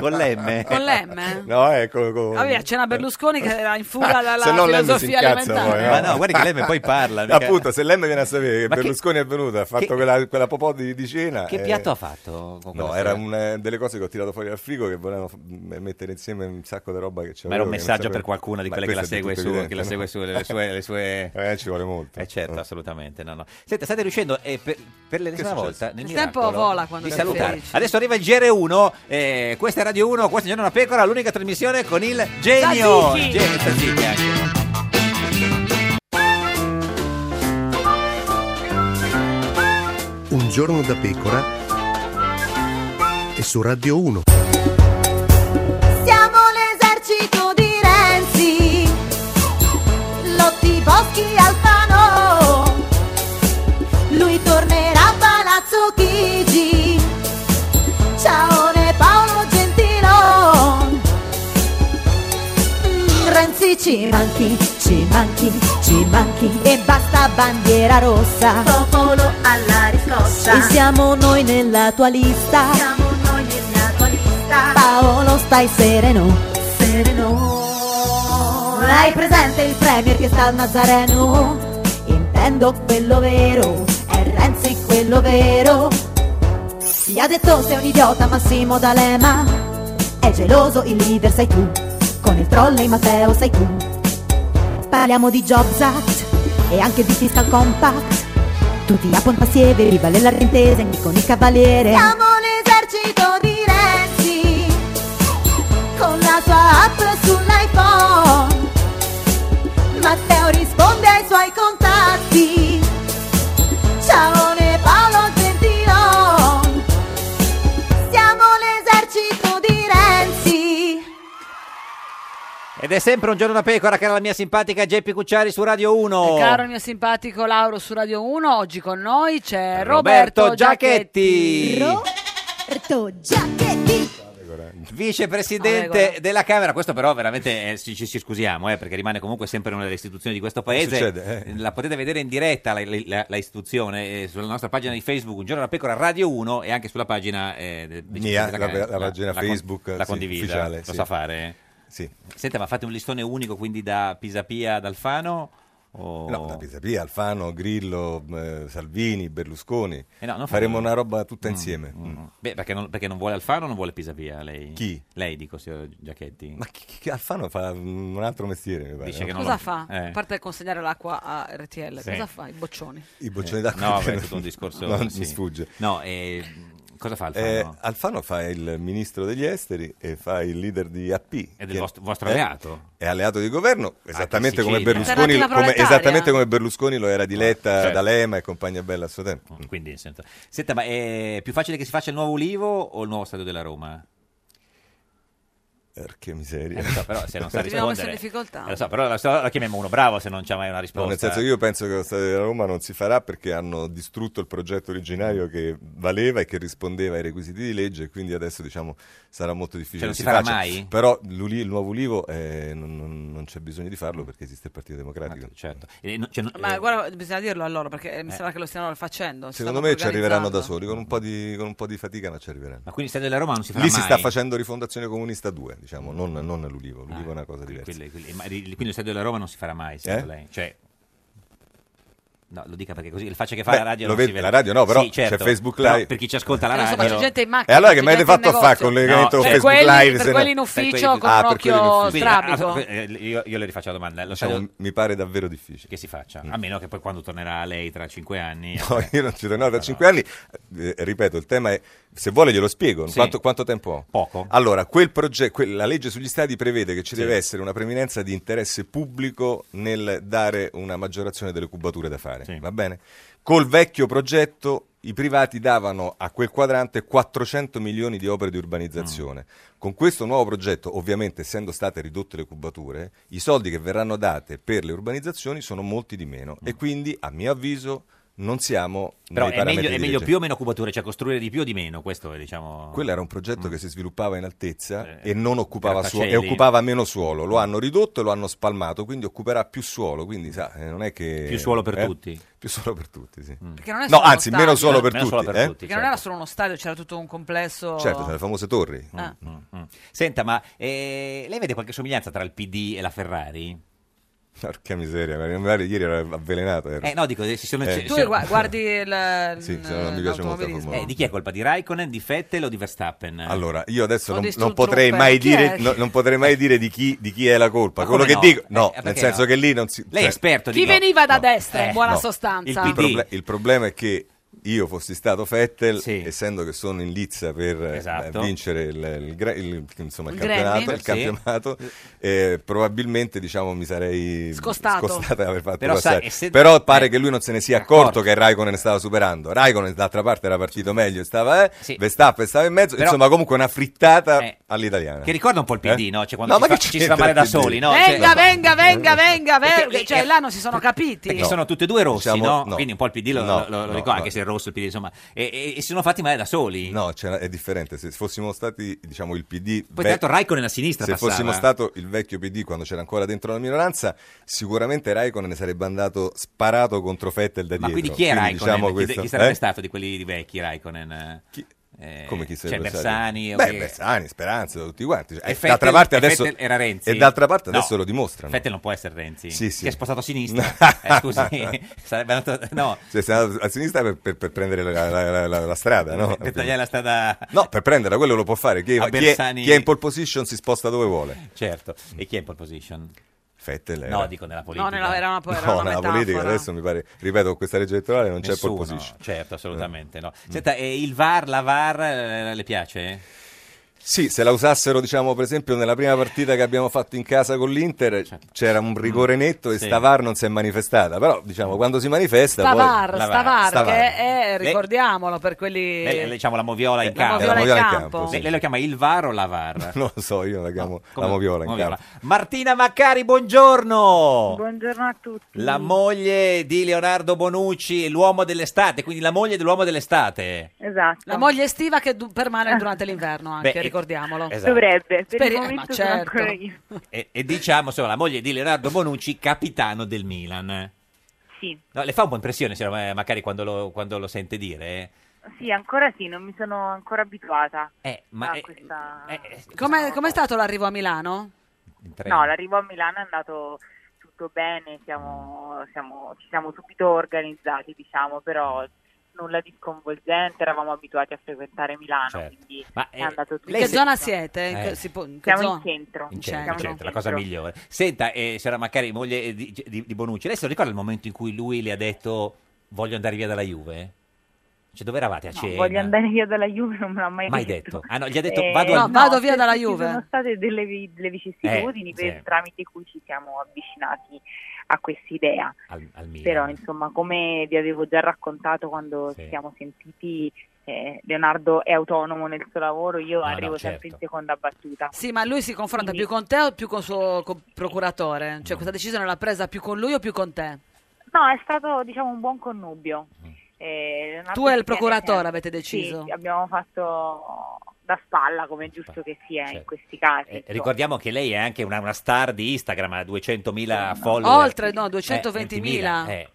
con l'M. Con l'M? No, ecco. Con... Vabbè, c'era Berlusconi che era in fuga dalla se no l'M si filosofia incazza alimentare. poi, Ma no, guardi che l'M poi parla, mica- Appunto, se l'M viene a sapere che Ma che- Berlusconi è venuto, ha fatto quella, quella popò di, di cena... Che eh, piatto ha fatto? con quella No, sera? era una delle cose che ho tirato fuori dal frigo che volevano f- m- mettere insieme un sacco di roba che c'era. Ma era un messaggio per qualcuna di quelle che la segue su, che la segue su, le sue... Le sue... Eh, ci vuole molto. Eh certo, assolutamente. No, no. Senta, state riuscendo eh, per, per l'ennesima Che è volta successo? nel Il tempo miracolo vola quando di sei salutare. felice. Adesso arriva il GR1, eh, questa è Radio 1, questa è Giorno una Pecora, l'unica trasmissione con il genio. Tzatziki! Il genio Tzatziki anche. Un giorno da pecora e su Radio 1. Siamo l'esercito di Renzi, Lotti Boschi Alfano. Lui tornerà a Palazzo Chigi. Ciao ne Paolo Gentilon. Mm, Renzi ci manchi, ci manchi, ci manchi E basta bandiera rossa Popolo alla riscossa E siamo noi nella tua lista Siamo noi nella tua lista Paolo stai sereno Sereno Hai presente il premier che sta al Nazareno Intendo quello vero È Renzi quello vero Ti ha detto sei un idiota Massimo D'Alema È geloso il leader sei tu con il trolley Matteo sei tu. Parliamo di Jobs Act e anche di Fiscal Compact. Tutti a Pontassieve, viva le larrentese, con il cavaliere. Siamo l'esercito di Renzi con la sua app sull'iPhone. Matteo risponde ai suoi contatti. Ciao ne Paolo Gentilon Siamo l'esercito di Renzi Ed è sempre un giorno da pecora, cara la mia simpatica Geppi Cucciari su Radio 1. Caro il mio simpatico Lauro su Radio 1, oggi con noi c'è Roberto Roberto, Giachetti. Roberto Giacchetti. Vicepresidente della Camera, questo però veramente eh, ci, ci- ci scusiamo eh, perché rimane comunque sempre una delle istituzioni di questo paese. succede, eh? La potete vedere in diretta la, la- la istituzione eh, sulla nostra pagina di Facebook, Un giorno alla pecora Radio 1 e anche sulla pagina eh, del Mia, Vicepresidente la, della la Camera. pagina la con- Facebook la sì, condivida, ufficiale, lo sì. sa fare. Sì. Senta, ma fate un listone unico quindi da Pisapia ad Alfano o- No, da Pisa Pia, Alfano, Grillo, eh, Salvini, Berlusconi. Eh no, non Faremo fate- una roba tutta Mm, insieme. mm, mm. Beh, perché non, perché non vuole Alfano o non vuole Pisapia lei? Chi? Lei, dico, signor Giachetti. Ma chi- chi- Alfano fa mm, un altro mestiere, mi pare. Dice che non Cosa lo- fa? Eh. A parte consegnare l'acqua a RTL, Sì. cosa fa? I boccioni. I boccioni Eh, d'acqua. no, vabbè, è tutto un discorso, No, sì. Mi sfugge. No, eh, cosa fa Alfano? Eh, Alfano fa il ministro degli esteri e fa il leader di AP. È del vostro- vostro alleato. Ah, È alleato di governo, esattamente come, Sicilia. Berlusconi, Alternativa come, proletaria. esattamente come Berlusconi lo era diletta Certo. da Lema e compagnia bella a suo tempo. Quindi, senta. Senta, ma è più facile che si faccia il nuovo Ulivo o il nuovo stadio della Roma? Perché miseria. Eh, lo so, però se non sa Ti abbiamo messo in rispondere... difficoltà. Eh, lo so, però la, la chiamiamo uno bravo se non c'è mai una No, risposta. nel senso che io penso che lo Stadio della Roma non si farà perché hanno distrutto il progetto originario Mm. che valeva e che rispondeva ai requisiti di legge e quindi adesso diciamo sarà molto difficile. Cioè, non che si farà faccia. mai? Però l'Uli- il nuovo Ulivo eh, non, non- non c'è bisogno di farlo perché esiste il Partito Democratico. Certo. E non- cioè, non- Ma eh, guarda, bisogna dirlo a loro perché mi sembra che lo stiano facendo. si Secondo stanno me ci arriveranno da organizzando. soli, con un po' di, con un po' di fatica ma ci arriveranno. Ma quindi Stadio della Roma non si farà Lì si mai? sta facendo rifondazione comunista 2, diciamo, non, non l'Ulivo, l'Ulivo è una cosa diversa. Ah, Quelle- quelle- ma ri- quindi lo stadio della Roma non si farà mai, secondo Eh? lei? Cioè, no, lo dica perché così il faccia che fa Beh, la radio lo non si vede- vede. la radio no, però Sì, certo. c'è Facebook Però Live. per chi ci ascolta la Eh, lo so, radio. eh, ma c'è gente in macchina, E allora che c'è mi avete gente in fatto a fare negozio. collegamento No, per Facebook quelli- Live? per se no- quelli in ufficio con un per quelli in occhio ufficio. Quindi, strabico. Ah, eh, io, io le rifaccio la domanda. Lo Diciamo, stadio mi pare davvero difficile. Mm. che si faccia? A meno che poi quando tornerà lei tra cinque anni... No, io non ci torno da 5 anni. Eh, ripeto, il tema è, se vuole glielo spiego, Sì. quanto, quanto tempo ho? Ah, Poco. Allora, quel progetto, la legge sugli stadi prevede che ci Sì. deve essere una preminenza di interesse pubblico nel dare una maggiorazione delle cubature da fare, va bene? Col vecchio progetto i privati davano a quel quadrante 400 milioni di opere di urbanizzazione. Mm. Con questo nuovo progetto, ovviamente essendo state ridotte le cubature, i soldi che verranno date per le urbanizzazioni sono molti di meno e quindi, a mio avviso, non siamo Mm. Però nei è meglio, parametri è di meglio legge. più o meno cubature, cioè costruire di più o di meno, questo è, diciamo... Quello era un progetto che si sviluppava in altezza Eh, e non occupava, suo- grattacieli. e occupava meno suolo. Lo hanno ridotto e lo hanno spalmato, quindi occuperà più suolo. Quindi, sa, eh, non è che. Più suolo per eh? tutti. Mm. Più suolo per tutti, sì. Perché non è no, solo uno anzi, meno stadio. suolo per Meno tutti. suolo per tutti. eh? certo. Perché non era solo uno stadio, c'era tutto un complesso. Certo, c'è le famose torri. Ah. Mm. Senta, ma eh, lei vede qualche somiglianza tra il PD e la Ferrari? Porca miseria, ma magari ieri era avvelenato. ero. Eh, no, dico, eh, si sono- Eh. Tu gua- guardi il. Sì, se no non mi piace molto la Formula Eh, di chi è colpa? Di Raikkonen, di Vettel o di Verstappen? Allora, io adesso O non, di non potrei Stuttgart. mai Chi dire, è? no- non potrei mai dire di chi, di chi è la colpa. Ma Quello come che no? dico, Eh, no, perché nel senso no? che lì non si. cioè, Lei è esperto Chi veniva da destra, Eh, in buona no. sostanza. cioè, Il, proble- il problema è che io fossi stato Fettel, essendo che sono in lizza per eh, Esatto. vincere il, il gra- il- insomma, il Il campionato, Grammy. il campionato, eh, probabilmente diciamo, mi sarei Scostato. scostata da aver fatto Però sa- passare. e se- Però pare eh, che lui non se ne sia accorto, che Raikkonen stava superando. Raikkonen d'altra parte era partito meglio, stava, eh, Verstappen stava in mezzo, Però- Eh. insomma comunque una frittata all'italiana. Che ricorda un po' il PD, Eh? no? Cioè, quando No, ci, fa, ma che ci si fa c'entra male da il PD? soli, no? venga, Cioè- venga, venga, venga, venga. Cioè, là non si sono capiti. Perché sono tutti e due rossi, Diciamo, no? no. Quindi un po' il PD lo, No, lo- lo- lo no, ricorda, no. anche se è rosso il PD, insomma. E, e, e si sono fatti male da soli. No, c'era- è differente. Se fossimo stati, diciamo, il PD. Poi, tra l'altro, Raikkonen a sinistra Se passava. eh. fossimo stato il vecchio PD quando c'era ancora dentro la minoranza, sicuramente Raikkonen ne sarebbe andato sparato contro Fettel da Ma dietro. quindi chi è Raikkonen? diciamo, chi, questo- chi sarebbe eh? stato di quelli di vecchi Raikkonen? Eh, Come chi Cioè sarebbe stato? Bersani o Beh, che- Bersani, Speranza, tutti quanti. Cioè, E eh, Vettel- d'altra parte e adesso, Vettel era Renzi. E d'altra parte No, adesso lo dimostrano. Vettel non può essere Renzi. Sì, sì. Che è spostato a sinistra. Eh, scusi, sarebbe andato... No, Cioè, sei andato a sinistra per, per- per prendere la, la- la- la- la strada, no? per tagliare la strada... No, per prenderla, quello lo può fare. Chi, A chi è, Bersani- chi è in pole position si sposta dove vuole. Certo. E chi è in pole position? Fettel era- No, dico nella politica. No, nella- era una- era No, una nella metafora. politica adesso mi pare, ripeto, con questa legge elettorale non c'è Nessuno, pole position. Certo, assolutamente no. Mm. Senta, e il VAR, la VAR, eh, le piace? Sì, se la usassero, diciamo, per esempio, nella prima partita che abbiamo fatto in casa con l'Inter, c'era un rigore netto Certo. e Mm. Sì. Stavar non si è manifestata. Però, diciamo, quando si manifesta... poi- Stavar, Stavar, Stavar. che è, ricordiamolo, per quelli. Lei- diciamo la moviola in La campo. moviola in La moviola in campo. campo, Lei, sì. lei lo chiama il VAR o la VAR? Non lo so, io la chiamo Come- la moviola in moviola. campo. Martina Maccari, buongiorno! Buongiorno a tutti. La moglie di Leonardo Bonucci, l'uomo dell'estate, quindi la moglie dell'uomo dell'estate. Esatto. La moglie estiva che du- permane durante l'inverno, anche, Beh, e- ricordiamolo. esatto. Dovrebbe, per il Speri- eh, momento ma sono certo. ancora io. E, e diciamo, insomma, la moglie di Leonardo Bonucci, capitano del Milan. Sì. No, le fa un po' impressione, signora, eh, magari quando lo, quando lo sente dire? eh? Sì, ancora sì, non mi sono ancora abituata Eh, ma a è- eh, questa... Com'è, com'è stato l'arrivo a Milano? in treno. No, l'arrivo a Milano è andato tutto molto bene, siamo- siamo- ci siamo subito organizzati, diciamo, però nulla di sconvolgente, eravamo abituati a frequentare Milano, Certo. quindi Ma, è eh, andato tutto In che bene. zona siete? Eh. In che- si può- in che siamo zona? in centro. In centro, siamo in centro, la cosa migliore. Senta, eh, signora Maccari, moglie eh, di, di- di Bonucci, lei se lo ricorda il momento in cui lui le ha detto voglio andare via dalla Juve? Cioè, dove eravate a No, cena? voglio andare via dalla Juve, non me l'ha mai, Mai detto. Ah, no, gli ha detto Eh, vado, no, al- vado via dalla ci Juve. sono state delle, vi- delle vicissitudini Eh, per- sì. tramite cui ci siamo avvicinati a quest'idea. al- al Milan. Però, insomma, come vi avevo già raccontato quando Sì. ci siamo sentiti, eh, Leonardo è autonomo nel suo lavoro, io No, no, arrivo sempre in certo. seconda battuta. Sì, ma lui si confronta Quindi- più con te o più con il suo co- procuratore? Cioè, questa decisione l'ha presa più con lui o più con te? No, è stato diciamo un buon connubio. Mm. Eh, Leonardo Tu e il Schiena procuratore che- avete deciso? Sì, abbiamo fatto da spalla, come è giusto che sia in questi casi. Eh, insomma. ricordiamo che lei è anche una, una star di Instagram, ha 200.000 follower. Oltre, no, Eh, 220.000. eh,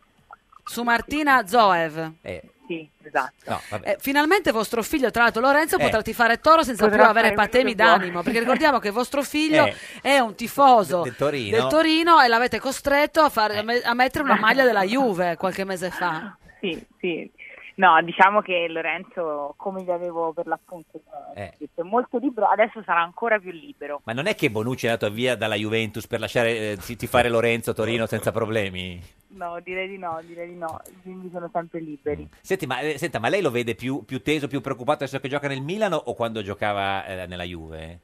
Su Martina Zoev. eh. Sì, esatto. No, vabbè. Eh, finalmente vostro figlio, tra l'altro Lorenzo, Eh. potrà tifare toro senza Potrà più avere fare quello patemi che vuole. d'animo, perché ricordiamo che vostro figlio Eh. è un tifoso Del Torino. del Torino e l'avete costretto a, Eh. fare- a me- a mettere una maglia della Juve qualche mese fa. Sì, sì. No, diciamo che Lorenzo, come gli avevo per l'appunto Eh. detto, è molto libero, adesso sarà ancora più libero. Ma non è che Bonucci è andato via dalla Juventus per lasciare eh, ti- tifare Lorenzo Torino senza problemi? No, direi di no, direi di no, quindi sono sempre liberi. Senti, ma, eh, senta, ma lei lo vede più, più teso, più preoccupato adesso che gioca nel Milano o quando giocava eh, nella Juve?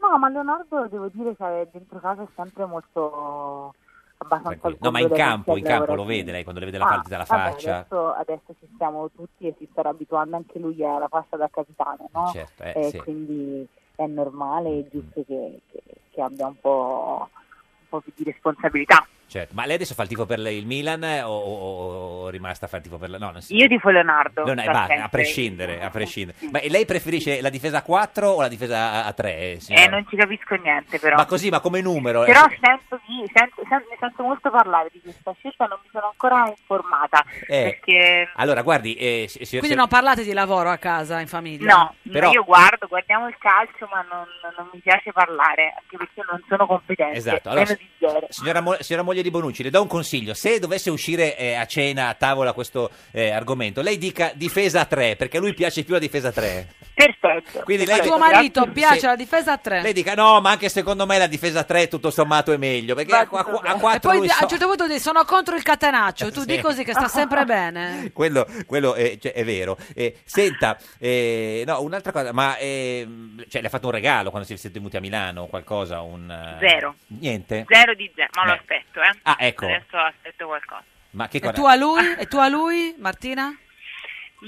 No, ma Leonardo devo dire che è- dentro casa è sempre molto abbastanza No, ma in orgoglioso di campo, in essere campo lo lavorativo. vede lei quando le vede la Ah, partita alla vabbè, faccia? Adesso, adesso ci stiamo tutti e si starà abituando anche lui alla pasta da capitano, no? Certo, eh, Eh, sì. Quindi è normale e giusto che, che- che abbia un po', un po' più di responsabilità. Certo. Ma lei adesso fa il tifo per il Milan eh, o, o- o è rimasta a fare il tifo per la... No, non si... Io tifo Leonardo. Non è- da va, a sempre. prescindere, a prescindere. Ma lei preferisce la difesa a 4 o la difesa a- a 3? Eh, non ci capisco niente però. Ma così, ma come numero? eh? Però sento, di- sento- sen- ne sento molto parlare di questa scelta, non mi sono ancora informata. Eh, Perché Allora, guardi, eh, si- si- Quindi si- non parlate di lavoro a casa, in famiglia? No, Però- io guardo, guardiamo il calcio, ma non, non mi piace parlare, anche perché non sono competente. Esatto, allora, meno di zero. Signora, mo- signora moglie di Bonucci, le do un consiglio. Se dovesse uscire eh, a cena, a tavola, questo eh, argomento, lei dica difesa a 3, perché a lui piace più la difesa a 3. Perfetto. Quindi A lei, tuo marito piace Sì. la difesa a tre? lei dica no, ma anche secondo me la difesa a 3 tutto sommato è meglio, perché a, a, a e 4 poi lui a so- un certo punto dici sono contro il catenaccio, tu Sì. di così che sta sempre bene. Quello, quello è, cioè, è vero. Eh, senta, eh, no, un'altra cosa, ma ehm, cioè, le ha fatto un regalo quando siete venuti a Milano o qualcosa? Un, eh, Zero. Niente? Zero di zero, ma lo Beh. aspetto, eh. Ah, ecco. Adesso aspetto qualcosa. Ma che E cosa? tu a lui? E tu a lui, Martina?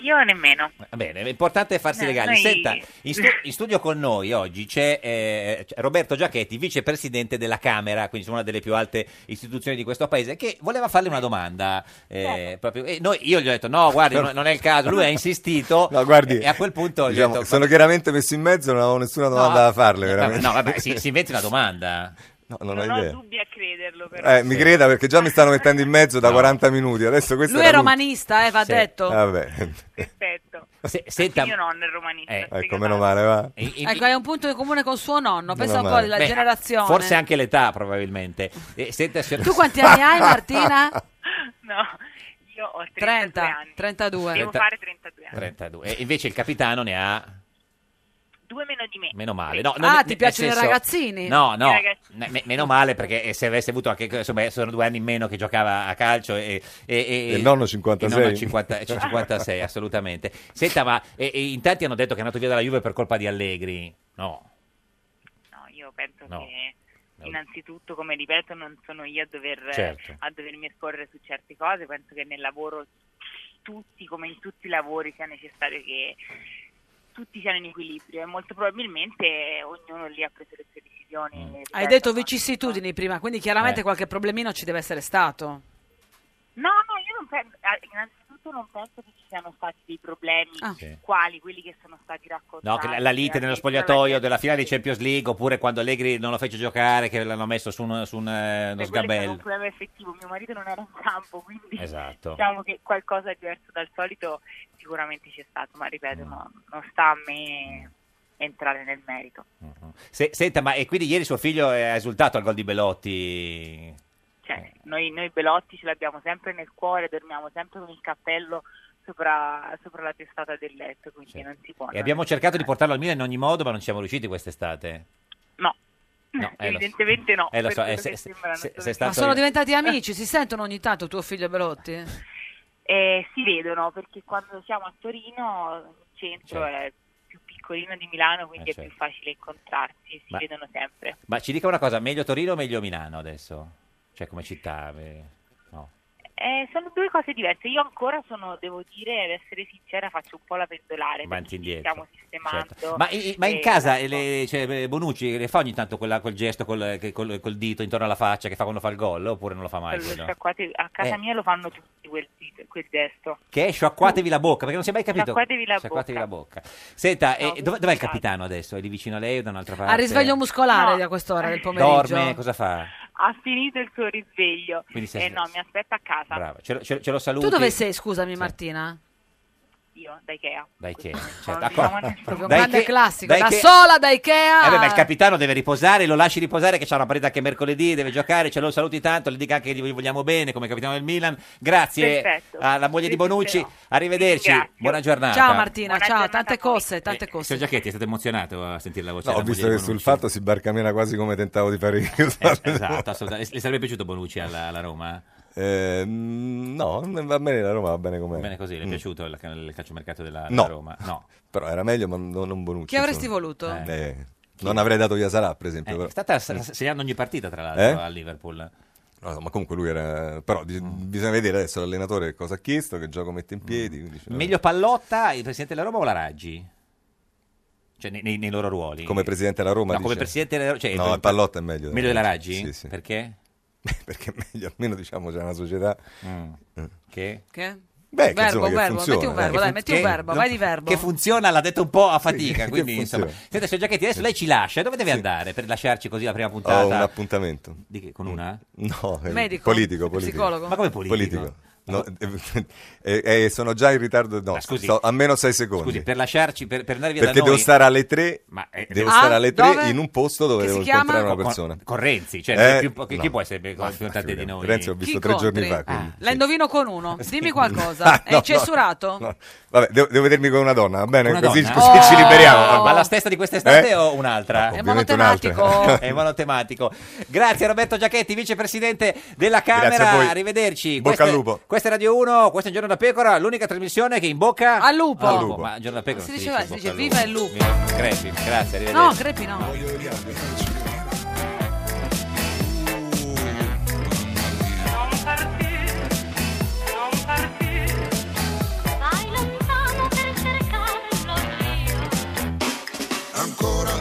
Io nemmeno. Va Bene, l'importante è farsi No, regali. noi- Senta, in, stu- in studio con noi oggi c'è eh, c'è Roberto Giacchetti, vicepresidente della Camera, quindi una delle più alte istituzioni di questo paese, che voleva farle una domanda. eh, Certo. proprio- e noi- io gli ho detto: no, guardi, no- non è il caso. Lui ha insistito. No, guardi, e a quel punto gli ho diciamo, detto, sono chiaramente messo in mezzo, non avevo nessuna domanda No, da farle, no, veramente. no, vabbè, si, si inventi una domanda. No, non ho idea. dubbi a crederlo, però. Eh, mi creda perché già mi stanno mettendo in mezzo da 40 minuti. Adesso questo Lui era è l'ultimo. romanista, eh, va Sì. detto. Vabbè. Perfetto. Se- eh, senta- Mio nonno è romanista. Ecco, meno male, va. Ecco, hai un punto in comune con suo nonno, pensa un Meno po' male. alla Beh, generazione. Forse anche l'età, probabilmente. E senta, signor- Tu quanti anni hai, Martina? No, io ho 32 30, anni. 32. Devo fare 32 anni. 32. E invece il capitano ne ha Due meno di me. Meno male. No, Ah, non- ti nel piacciono i ragazzini? No, no. I ragazzini. Ne- me- meno male perché eh, se avesse avuto anche. Insomma, sono due anni in meno che giocava a calcio. E, e, e- E il nonno e 56. nonno 50 cioè 56, assolutamente. Senta, ma e- e in tanti hanno detto che è andato via dalla Juve per colpa di Allegri. No. No, io penso No. che innanzitutto, come ripeto, non sono io a, dover, Certo. a dovermi esporre su certe cose, penso che nel lavoro tutti, come in tutti i lavori, sia necessario che tutti siano in equilibrio e molto probabilmente ognuno lì ha preso le sue decisioni. Mm. ripeto. Hai detto vicissitudini prima, quindi chiaramente Eh. qualche problemino ci deve essere stato. No, no, io non penso, ah, innanzitutto non penso che ci siano stati dei problemi Sì. quali quelli che sono stati raccontati. Cioè, No, che la, la lite nello spogliatoio della finale di Champions League oppure quando Allegri non lo fece giocare, che l'hanno messo su, un- su un, eh, uno Beh, quello è stato un sgabello. problema effettivo, mio marito non era in campo, quindi Esatto. diciamo che qualcosa di diverso dal solito sicuramente c'è stato, ma Mm. ripeto, no- non sta a me entrare nel merito. Se- senta, ma e quindi ieri suo figlio eh, ha esultato al gol di Belotti. Cioè, Noi, noi Belotti ce l'abbiamo sempre nel cuore, dormiamo sempre con il cappello sopra, sopra la testata del letto, quindi non si può. E abbiamo cercato di portarlo al Milan in ogni modo, ma non ci siamo riusciti quest'estate. No. No, eh, lo so. Evidentemente no. Eh, lo so, per eh, quello se- che se- sembrano se- se solo è Ma stato- sono diventati amici, si sentono ogni tanto tuo figlio e Belotti? Eh, si vedono perché quando siamo a Torino il centro è più piccolino di Milano quindi Certo. Eh, è certo. più facile incontrarsi si Ma- vedono sempre Ma ci dica una cosa, meglio Torino o meglio Milano adesso? Cioè come città? eh, No. Eh, sono due cose diverse io ancora sono devo dire ad essere sincera faccio un po' la pendolare Avanti perché Eh, ci indietro, stiamo sistemando Certo. Ma, i- i- ma in e- casa eh, le- cioè, eh, Bonucci le fa ogni tanto quella- quel gesto col, che- col- col dito intorno alla faccia che fa quando fa il gol oppure non lo fa mai? lo quello? sciacquate- a casa Eh. mia lo fanno tutti quel, quel gesto Che è sciacquatevi la bocca, perché non si è mai capito. Sciacquatevi la Sciacquatevi la bocca. Senta, eh, dov- dov'è il scusate. capitano adesso? È lì vicino a lei o da un'altra parte? A risveglio muscolare No. Eh. di a quest'ora del pomeriggio. Dorme, cosa fa? ha finito il suo risveglio Quindi se- e no mi aspetta a casa Brava, ce lo, ce lo- ce lo saluti. Tu dove sei, scusami Martina? io da Ikea Da Ikea, certo. Non d'accordo. diciamo nessuno. Proprio un Da grande Ikea- classico, da da Ikea- sola da Ikea. Eh beh, ma il capitano deve riposare, lo lasci riposare che c'ha una partita che mercoledì, deve giocare, ce lo saluti tanto, le dica anche che gli vogliamo bene come capitano del Milan. Grazie Perfetto. alla moglie di Bonucci, arrivederci, buona giornata. Eh, Ciao Martina, ciao, tante cosse, tante cosse. Signor Giacchetti, è stato emozionato a sentire la voce No, ho della moglie visto di che Bonucci. sul fatto si barcamena quasi come tentavo di fare io. Esatto, assolutamente. Le sarebbe piaciuto Bonucci alla, alla Roma? Eh, mm, no, va bene la Roma, va bene com'è. Bene così, le è Mm. piaciuto il, il calciomercato della, della No. Roma? No. Però era meglio, ma non, non Bonucci. Chi avresti voluto? Eh, non avrei dato Iasalà, per esempio. però. Eh, È stata Mm. segnando ogni partita, tra l'altro, Eh? a Liverpool. No, no, ma comunque lui era... Però di- Mm. bisogna vedere adesso l'allenatore cosa ha chiesto, che gioco mette in piedi. quindi ce l'ha- Esatto. Meglio Pallotta, il presidente della Roma o la Raggi? Cioè, nei, nei- nei loro ruoli. Come presidente della Roma, No, come dice? presidente della Roma. Cioè, No, per- Pallotta è meglio della Meglio della Raggi. Raggi? Sì, sì. Perché? Perché è meglio, almeno diciamo c'è una società... Mm. Mm. Che? Che? Beh, che verbo, insomma, che verbo, metti un funziona, verbo, eh. dai, metti un Che- verbo, vai di verbo. Che funziona, l'ha detto un po' a fatica. Sì, quindi, che insomma. funziona. Senta, signor Giacchetti, adesso lei ci lascia. Dove deve andare per lasciarci così la prima puntata? Ho un appuntamento. Di che- con una? No, eh, Medico? politico, politico. Psicologo? Ma come politico? Ah. No, eh, eh, sono già in ritardo, no, scusi. sto a meno 6 secondi. Scusi, per lasciarci, per, per andare via perché da devo noi... stare alle 3 Ma, eh, devo ah, stare alle 3 dove? in un posto dove Che si devo chiama? incontrare una Con- persona Eh, con Renzi, cioè, più- più- chi- no. chi può essere più Ma importante di noi? Renzi ho visto Chi tre giorni Ah, incontri? fa quindi. La indovino con uno, dimmi Ah, qualcosa. no, È no, censurato? no. Vabbè, devo, devo vedermi con una donna va bene Una così, donna? così ci Oh! liberiamo Ma la stessa di quest'estate o un'altra? Ecco, Eh. No, È ovviamente un'altra. monotematico. È monotematico. Grazie Roberto Giacchetti, vicepresidente della Grazie a Camera. voi. Arrivederci. Bocca Questa- al lupo. Questa è Radio 1, questo è un giorno da pecora, l'unica trasmissione che in bocca al lupo. Al lupo. Ma giorno da pecora. Si non diceva- in si bocca dice al viva Viva- Crepi, grazie, arrivederci. No, crepi no. Vai lontano per cercarlo io. ancora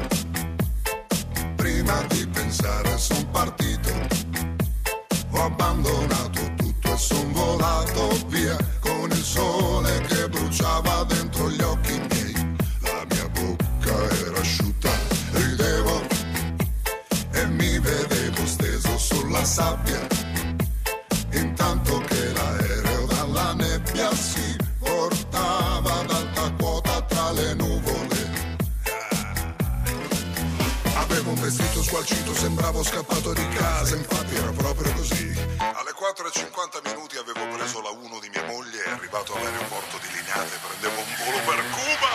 prima di pensare son partito ho abbandonato tutto e son volato via con il sole che bruciava dentro gli occhi miei la mia bocca era asciutta ridevo e mi vedevo steso sulla sabbia intanto che l'aereo dalla nebbia si portava ad alta quota tra le nuvole Avevo un vestito squalcito, sembravo scappato di casa, infatti era proprio così. Alle 4.50 minuti avevo preso la 1 di mia moglie e arrivato all'aeroporto di Linate, prendevo un volo per Cuba.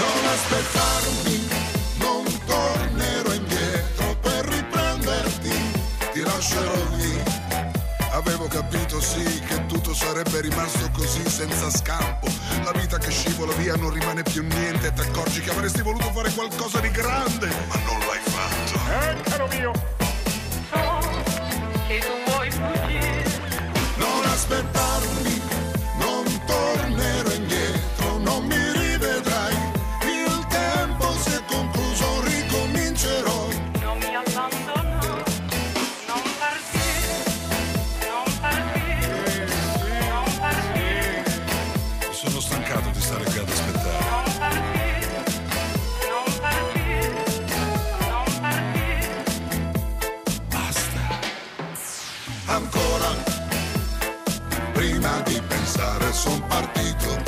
Non aspettarmi, non tornerò indietro per riprenderti, ti lascerò lì. Avevo capito sì che tutto sarebbe rimasto così senza scampo. La vita che scivola via non rimane più niente. Ti accorgi che avresti voluto fare qualcosa di grande, ma non l'hai fatto. Eh, caro mio! Che tu vuoi fuggire. Non aspettarmi, non tornerò indietro, non mi rivedrai. Il tempo si è concluso, ricomincerò. Non mi abbandono, non partire, non partire, non partire. Sono stancato di stare qui ad aspettare. Non partire. Non partire. Non partire. Basta. Ancora, prima di pensare son partito,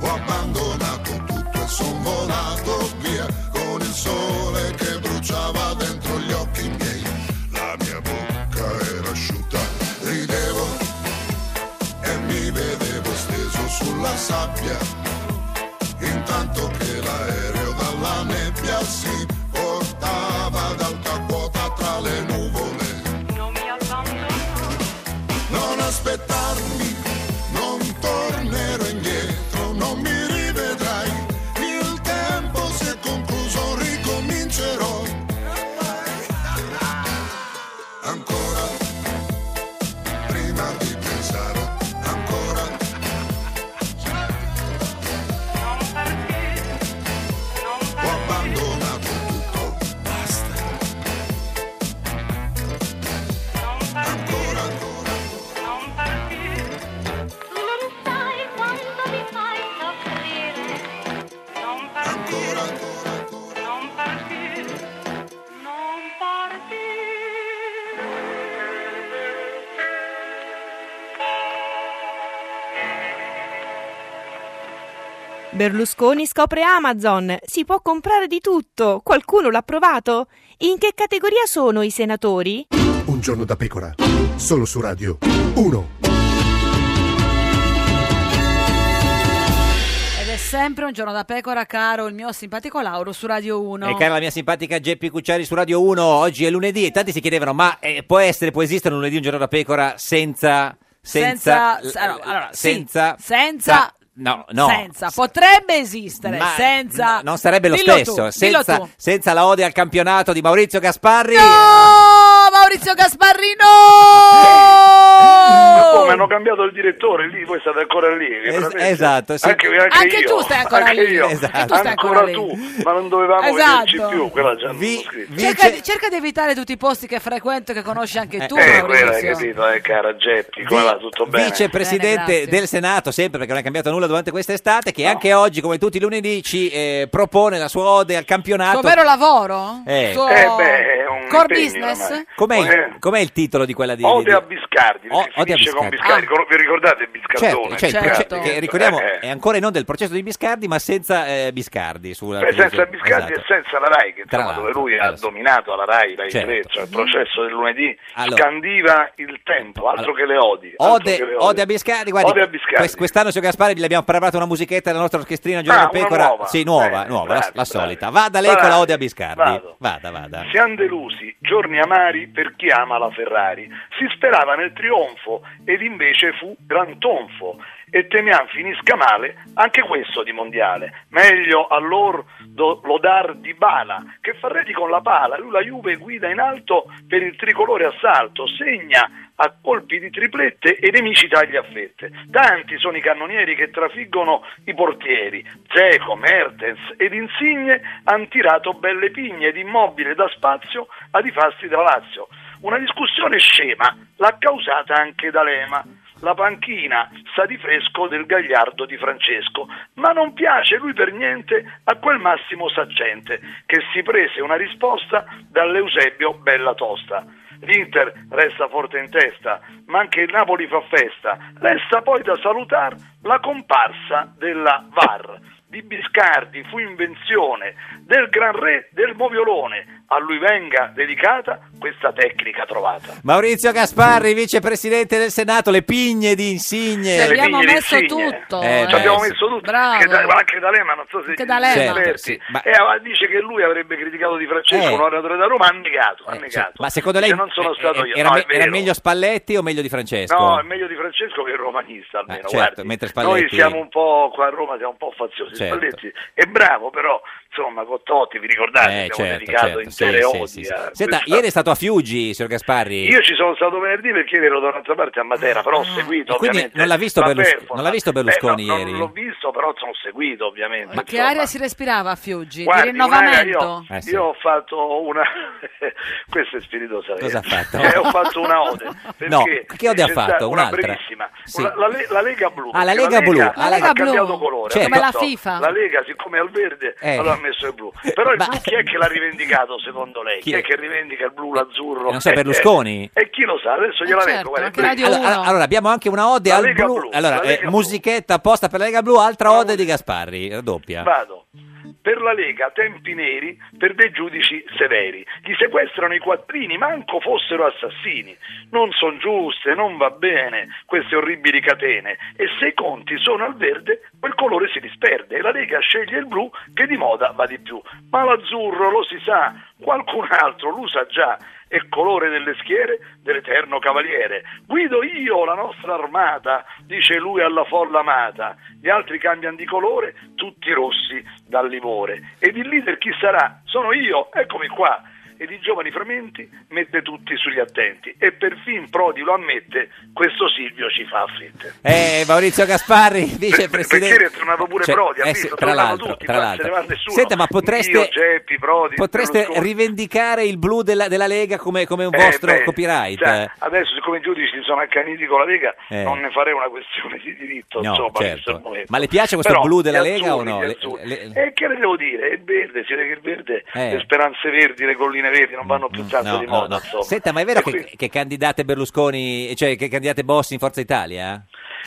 ho abbandonato tutto e son volato via con il sole che bruciava dentro gli occhi miei. La mia bocca era asciutta, Berlusconi scopre Amazon, si può comprare di tutto, qualcuno l'ha provato? In che categoria sono i senatori? Un giorno da pecora, solo su Radio 1. Ed è sempre un giorno da pecora, caro il mio simpatico Lauro su Radio 1. E cara la mia simpatica Geppi Cucciari su Radio 1, oggi è lunedì e tanti si chiedevano ma eh, può essere, può esistere un lunedì un giorno da pecora senza... Senza... Senza- ah, s- allora, allora, sì. senza... Senza- No, no. Senza, potrebbe esistere, Ma- senza... non sarebbe lo Ah, Dillo tu, stesso. dillo senza, tu. senza la ode al campionato di Maurizio Gasparri... Oh, Maurizio Gasparrino! Oh, ma hanno cambiato il direttore lì, voi state ancora lì. veramente? esatto, sì. Anche, Anche io, tu stai ancora anche lì. Io. Esatto. Anche tu stai ancora, ancora tu, ma non dovevamo Esatto. vederci più, quella già non l'ho scritta. Cerca, di- cerca di evitare tutti i posti che frequento e che conosci anche tu, eh, quella hai Maurizio. capito, eh, cara Geppi, come va, tutto bene? Vicepresidente Bene, grazie. del Senato, sempre perché non è cambiato nulla durante quest'estate, che anche oggi, come tutti i lunedì, ci eh, propone la sua ode al Tuo campionato. vero lavoro? Eh. Tuo Eh, beh, è un core impegno business? ormai. Com'è, il- Eh. com'è il titolo di quella di... esatto. Ode di- a Biscardi, O- perché Ode a finisce con Biscardi. Biscardi. Ah. Ricor- Vi ricordate Certo, Biscardone? cioè, il proce- Certo. Biscardi, che ricordiamo eh, eh. è ancora in onda il processo di Biscardi, ma senza eh, Biscardi. Sulla Beh, senza televisione. Biscardi Esatto. e senza la RAI, che Tra insomma, dove l'altro, lui ha dominato la RAI, la Certo. Tre, cioè il processo del lunedì, Allora. scandiva il tempo, altro Allora. che le odi. altro Ode, che le ode a Biscardi, guardi, Ode a Biscardi. quest- quest'anno su Gasparri gli abbiamo preparato una musichetta della nostra orchestrina Giorgio Ah, una Pecora. nuova. Sì, nuova, Eh, nuova, la- bravi, la, solita. Ah, Vada lei con Bravi, la Ode a Biscardi. vado. Vada, vada. Siamo delusi, giorni amari per chi ama la Ferrari. Si sperava nel trionfo ed invece fu gran tonfo. E temiamo finisca male anche questo di mondiale. Meglio allor do- lodar di Bala che fa reti con la pala. Lui la Juve guida in alto per il tricolore assalto. Segna a colpi di triplette e i nemici taglia a fette. Tanti sono i cannonieri che trafiggono i portieri. Zeco, Mertens ed Insigne han tirato belle pigne ed immobile da spazio ad i fasti della Lazio. Una discussione scema l'ha causata anche D'Alema. La panchina sa di fresco del gagliardo di Francesco, ma non piace lui per niente a quel Massimo Saccente che si prese una risposta dall'Eusebio Bella Tosta. L'Inter resta forte in testa, ma anche il Napoli fa festa. Resta poi da salutare la comparsa della VAR. Di Biscardi fu invenzione del gran re del moviolone. A lui venga dedicata questa tecnica trovata. Maurizio Gasparri, vicepresidente del Senato, le pigne di Insigne. Le pigne di Insigne. Eh, Ci abbiamo beh, sì. messo tutto. Che da, ma anche D'Alema, non so se Anche D'Alema. esperti. Certo, sì, ma- Eh, ma dice che lui avrebbe criticato Di Francesco, Eh. un oratore da Roma, ha negato. Ha Cioè, negato. ma secondo lei Dice, non sono eh, stato eh, io. Era, No, me- è vero. era meglio Spalletti o meglio di Francesco? Eh, No, è meglio di Francesco che il romanista almeno. certo, guardi. mentre Spalletti- Noi siamo un po' qua a Roma, siamo un po' faziosi. Certo. Spalletti è bravo, però insomma, con Totti, vi ricordate, Eh, abbiamo certo, dedicato certo, intere sì, sì, odi. sì, sì. a Senta, eh, questa- ieri è stato a Fiuggi, signor Gasparri. Io ci sono stato venerdì perché ieri ero da un'altra parte a Matera, però ho seguito. Ah, quindi ovviamente, non l'ha visto la Berlus- performance. non l'ha visto Berlusconi Eh, no, ieri? Non l'ho visto, però sono seguito ovviamente. Ma che insomma. aria si respirava a Fiuggi? Guardi, Di un'area, rinnovamento? Eh, Io, io ho fatto una. Questa è spiritosa. vera. Cosa ha fatto? Eh, ho fatto una ode. No, perché che ode ha c'è stata fatto? Una Un'altra? brevissima. Sì. Una- la, Le- la Lega Blu. Ah, la perché Lega Blu, la ha Lega Blu. cambiato colore. Certo. ha Come la fatto- FIFA. La Lega, siccome è al verde, Eh. allora ha messo il blu. Però il Ma- blu chi è che l'ha rivendicato secondo lei? Chi Chi, è? è che rivendica il blu, l'azzurro? Non so, Eh, Berlusconi? eh, E chi lo sa? Adesso gliela leggo. guarda, è brevissima. allora, allora, allora, abbiamo anche una ode La al Lega blu. Blu, Allora, la eh, Lega Blu. musichetta apposta per la Lega Blu, altra ode di Gasparri, la doppia. Vado. Per la Lega, tempi neri, per dei giudici severi. Gli sequestrano i quattrini, manco fossero assassini. Non son giuste, non va bene queste orribili catene. E se i conti sono al verde, quel colore si disperde. E la Lega sceglie il blu che di moda va di più. Ma l'azzurro lo si sa, qualcun altro l'usa già. E colore delle schiere dell'eterno cavaliere. Guido io la nostra armata, dice lui alla folla amata. Gli altri cambiano di colore, tutti rossi dal livore. Ed il leader chi sarà? Sono io, eccomi qua. Ed i giovani frementi mette tutti sugli attenti. E perfin Prodi lo ammette, questo Silvio ci fa fritte. Eh, Maurizio Gasparri, vicepresidente. perché è tornato pure Prodi, ha eh, visto, sì, tra tornano l'altro, tutti, tra qua, l'altro. se ne va nessuno. Senta, ma potreste, Io, Geppi, Prodi, potreste Berlusconi. rivendicare il blu della, della Lega come, come un Eh, vostro beh, cioè, copyright? sa, adesso, siccome i giudici si sono accaniti con la Lega, Eh. non ne farei una questione di diritto. No, insomma, certo. questo è il momento. Ma le piace questo Però blu della gli Lega o azzurri, no? gli Le- azzurri. le- E che le devo dire? È il verde, si vede che il verde, Eh. Mm, le speranze verdi, le colline verdi non Ecco vanno più tanto No, oh, di no, moda. no. insomma. Senta, ma è vero E che, quindi- che candidate Berlusconi, cioè che candidate Bossi in Forza Italia?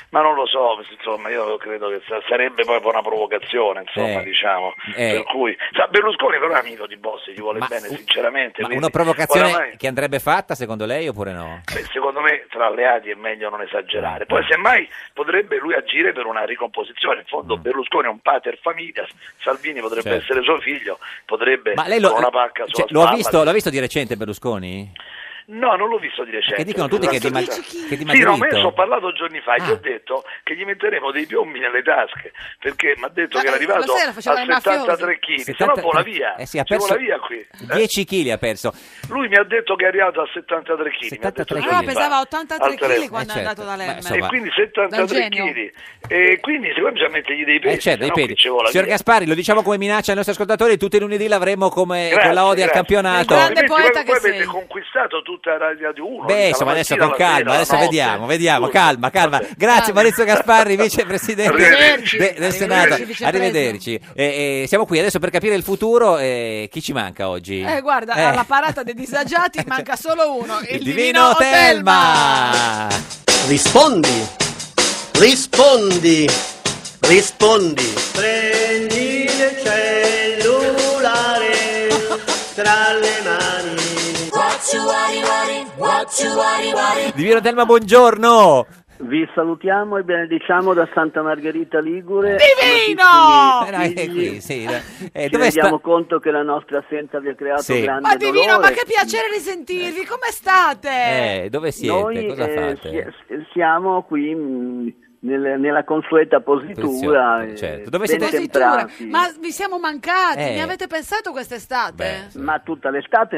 Ma non lo so, insomma, io credo che sa- sarebbe proprio una provocazione, insomma, Eh, diciamo. eh. Per cui, sa, Berlusconi però è amico di Bossi, ti vuole bene, sinceramente. Ma quindi, una provocazione oramai- che andrebbe fatta secondo lei oppure no? Beh, secondo me tra alleati è meglio non esagerare. Poi Certo. semmai potrebbe lui agire per una ricomposizione. In fondo Berlusconi è un pater familias, Salvini potrebbe Mm. Certo. essere suo figlio, potrebbe Ma lei lo, Eh, con una pacca sulla cioè, lo ha spalla- visto, lo ha visto di recente Berlusconi? No, non l'ho visto di recente. Perché dicono tutti che è dimag- Sì, che è Ah. Sì, no, dimagrito. ma io ci ho parlato giorni fa e gli ho detto che gli metteremo dei piombi nelle tasche, perché mi ha detto che era eh, arrivato la sera a faceva il mafioso. 73 kg, se 70 no vola via, Eh sì, ha ci vola perso via qui. Eh? 10 kg ha perso. Lui mi ha detto che è arrivato a 73 kg. 73 mi ha detto chili. giorni fa, Pesava 83 al telefono. chili quando Eh, è certo. andato da Ma, Lemmer. insomma, E quindi Dal 73 genio. kg. E quindi secondo me bisogna mettergli dei pesi. Eh, certo, dei sennò peli. qui ci vola Signor via. Gaspari, lo diciamo come minaccia ai nostri ascoltatori, tutti i lunedì l'avremo come Grazie, con la ode al grazie. campionato. Altrimenti poi, poi avete conquistato tutta la Radio 1. Beh, insomma, adesso con calma, adesso vediamo, vediamo, calma, calma. Grazie Maurizio Gasparri, vicepresidente Arrivederci. de- del Arrivederci, Senato. vicepresidente. Arrivederci. Eh, eh, siamo qui adesso per capire il futuro. eh, chi ci manca oggi? Eh, guarda, Eh, alla parata dei disagiati manca solo uno, il, il divino, divino Telma! Rispondi, rispondi, rispondi. Prendi il cellulare tra le mani. What you worry, worry, what you worry, worry. Divino Telma, buongiorno! Vi salutiamo e benediciamo da Santa Margherita Ligure. Divino! Amatissimi Eh, no, è qui, sì, eh, Ci dove sta- rendiamo conto che la nostra assenza vi ha creato Sì. grande Ma divino, dolore. ma che piacere risentirvi, come state? Eh, dove siete? Noi, Cosa eh, fate? si- siamo qui mh, nel- nella consueta positura. Posizione, eh, certo. Dove ben siete? Positura. temprati. Ma vi siamo mancati, Eh. mi avete pensato quest'estate? Ma tutta l'estate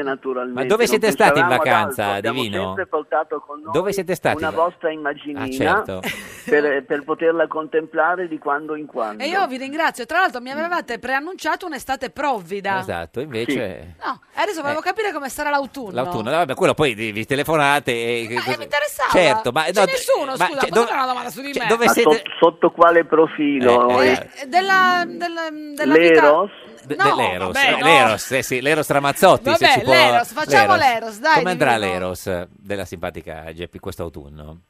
Ma naturalmente. dove non siete stati in pensavamo ad vacanza, altro, abbiamo Divino? sempre portato con noi Dove siete stati? Una vostra immaginina Ah, certo. per, per poterla contemplare di quando in quando. E io vi ringrazio, tra l'altro mi avevate preannunciato un'estate provvida. Esatto, invece No, e adesso volevo Eh. capire come sarà l'autunno. l'autunno, vabbè, quello poi vi vi telefonate. E, Ma eh, mi interessava. Certo, ma C'è no, nessuno, ma scusa, cioè, posso dove- fare una domanda su di me? dove Ma siete- sotto, sotto quale profilo? Eh, Eh, Eh, Della, della, della L'Eros? De- No, dell'Eros, vabbè, eh, no. l'Eros, eh sì, l'Eros Ramazzotti. se Vabbè, ci può- l'Eros, facciamo l'Eros, dai, Come andrà divino. l'Eros della simpatica Geppi quest'autunno?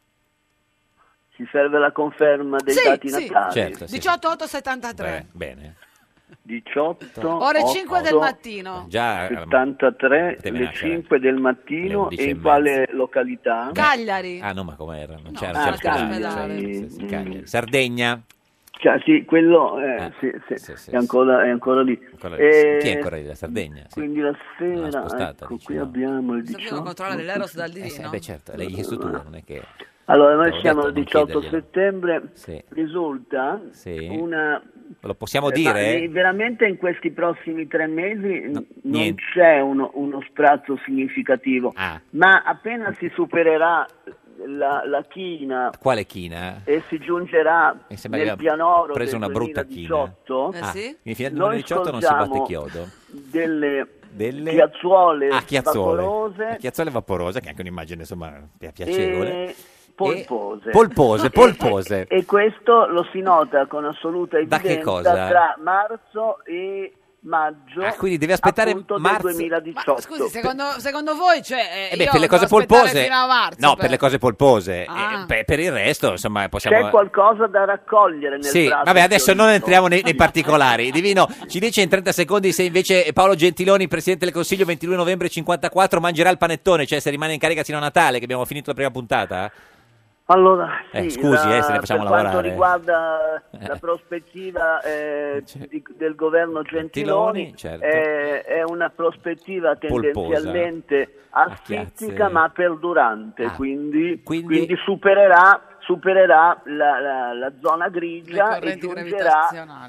Ci serve la conferma dei Sì, dati sì. natali. Certo, sì. 18 8 73. Beh, bene. 18 Ore 5 del otto, mattino. Già, eh, 73, le 5 del mattino Le 11 e e in quale località? Cagliari. ah no, ma com'era? Non c'era, Cioè, c'era ah, Cagliari, Cagliari. c'era- sì, sì, mm, Cagliari. Sardegna, Cioè, sì, quello eh, sì, sì, è, ancora, è ancora lì. ancora- Eh, chi è ancora lì? La Sardegna? Sì. Quindi la l'ha sera, spostata, ecco, dice, qui no. abbiamo il Io non 18. controllo l'Eros dal Eh, sì, divino. beh certo, l'hai chiesto tu, non è che... Allora, noi L'avevo siamo detto, il non 18 chiederglielo. settembre, Sì. risulta Sì. una... Lo possiamo eh, ma dire? eh, veramente in questi prossimi tre mesi n- non niente. Ah. c'è uno, uno sprazzo significativo, ma appena si supererà la, la china Quale china? e si giungerà Mi sembra che nel abbia pianoro preso del una brutta china. 2018, Eh Ah, quindi fino al noi 2018 non si batte scorgiamo chiodo. delle, Delle- piazzuole Ah, chiazzole. vaporose Ah, Chiazzole vaporose, che è anche un'immagine insomma pi- piacevole. e polpose. E- polpose, polpose. E questo lo si nota con assoluta Da che evidenza cosa? tra marzo e maggio. Ah, quindi devi aspettare appunto, marzo. del 2018. Ma scusi, secondo, secondo voi, cioè, eh, Eh beh, io per le devo cose aspettare polpose. fino a marzo no, per le cose polpose. Ah. Eh, per, per il resto, insomma, possiamo. C'è qualcosa da raccogliere nel Sì, braccio vabbè, di adesso non Orizzonte. entriamo nei, nei particolari. Divino, ci dice in 30 secondi se invece Paolo Gentiloni, presidente del Consiglio, 22 novembre 54, mangerà il panettone, cioè se rimane in carica fino a Natale, che abbiamo finito la prima puntata. Allora, sì, Eh, scusi, la- eh, se ne facciamo per lavorare. quanto riguarda la Eh. prospettiva eh, di- del governo Gentiloni, Cioè, Gentiloni, certo. eh, è una prospettiva Polposa. tendenzialmente asfittica chiazze. ma perdurante, Ah, quindi, quindi supererà, supererà la, la- la zona grigia e giungerà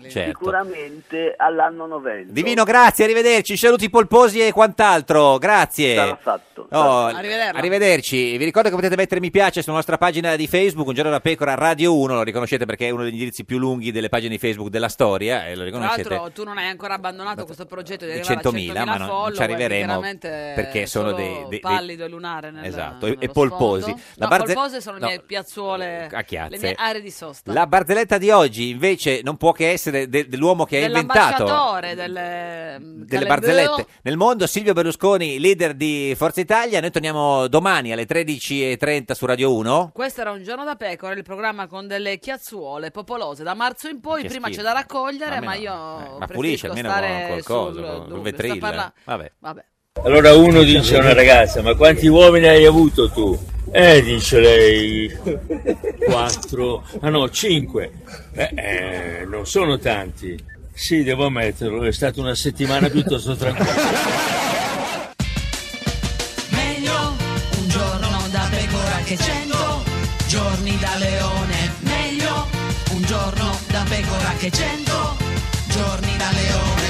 Certo. sicuramente all'anno 90. Divino, grazie, arrivederci. Saluti polposi e quant'altro. Grazie. Sarà fatto. Oh, Arrivederla. arrivederci. Vi ricordo che potete mettere mi piace sulla nostra pagina di Facebook, Un giorno da pecora Radio 1. Lo riconoscete perché è uno degli indirizzi più lunghi delle pagine di Facebook della storia. E lo Tra riconoscete. l'altro, tu non hai ancora abbandonato questo progetto di di arrivare 100.000, a 100.000 ma non- non ci follower, arriveremo che veramente perché sono solo dei- dei- dei- pallido e lunare eh, nel- Esatto, nello e polposi. sfondo. La No, barze- polpose sono le no, Eh, mie piazzuole, a chiazze. le mie aree di sosta. La barzelletta di oggi invece non può che essere de- dell'uomo che ha inventato Dell'ambasciatore, delle, mm, delle barzellette nel mondo, Silvio Berlusconi, leader di Forza Italia. Italia. Noi torniamo domani alle 13.30 su Radio 1. Questo era un giorno da pecora, il programma con delle chiazzuole popolose. Da marzo in poi, Che prima schifo. c'è da raccogliere, Ma ma, almeno- eh, io. Ma preferisco pulisce almeno stare con qualcosa, sul- con col dove sta vetril. parla- Vabbè. Vabbè. Allora uno dice a una ragazza, ma quanti uomini hai avuto tu? Eh, dice lei, quattro, ah no, cinque. Beh, eh, non sono tanti. Sì, devo ammetterlo, è stata una settimana piuttosto tranquilla. Meglio un giorno da pecora che cento giorni da leone. Meglio un giorno da pecora che cento giorni da leone.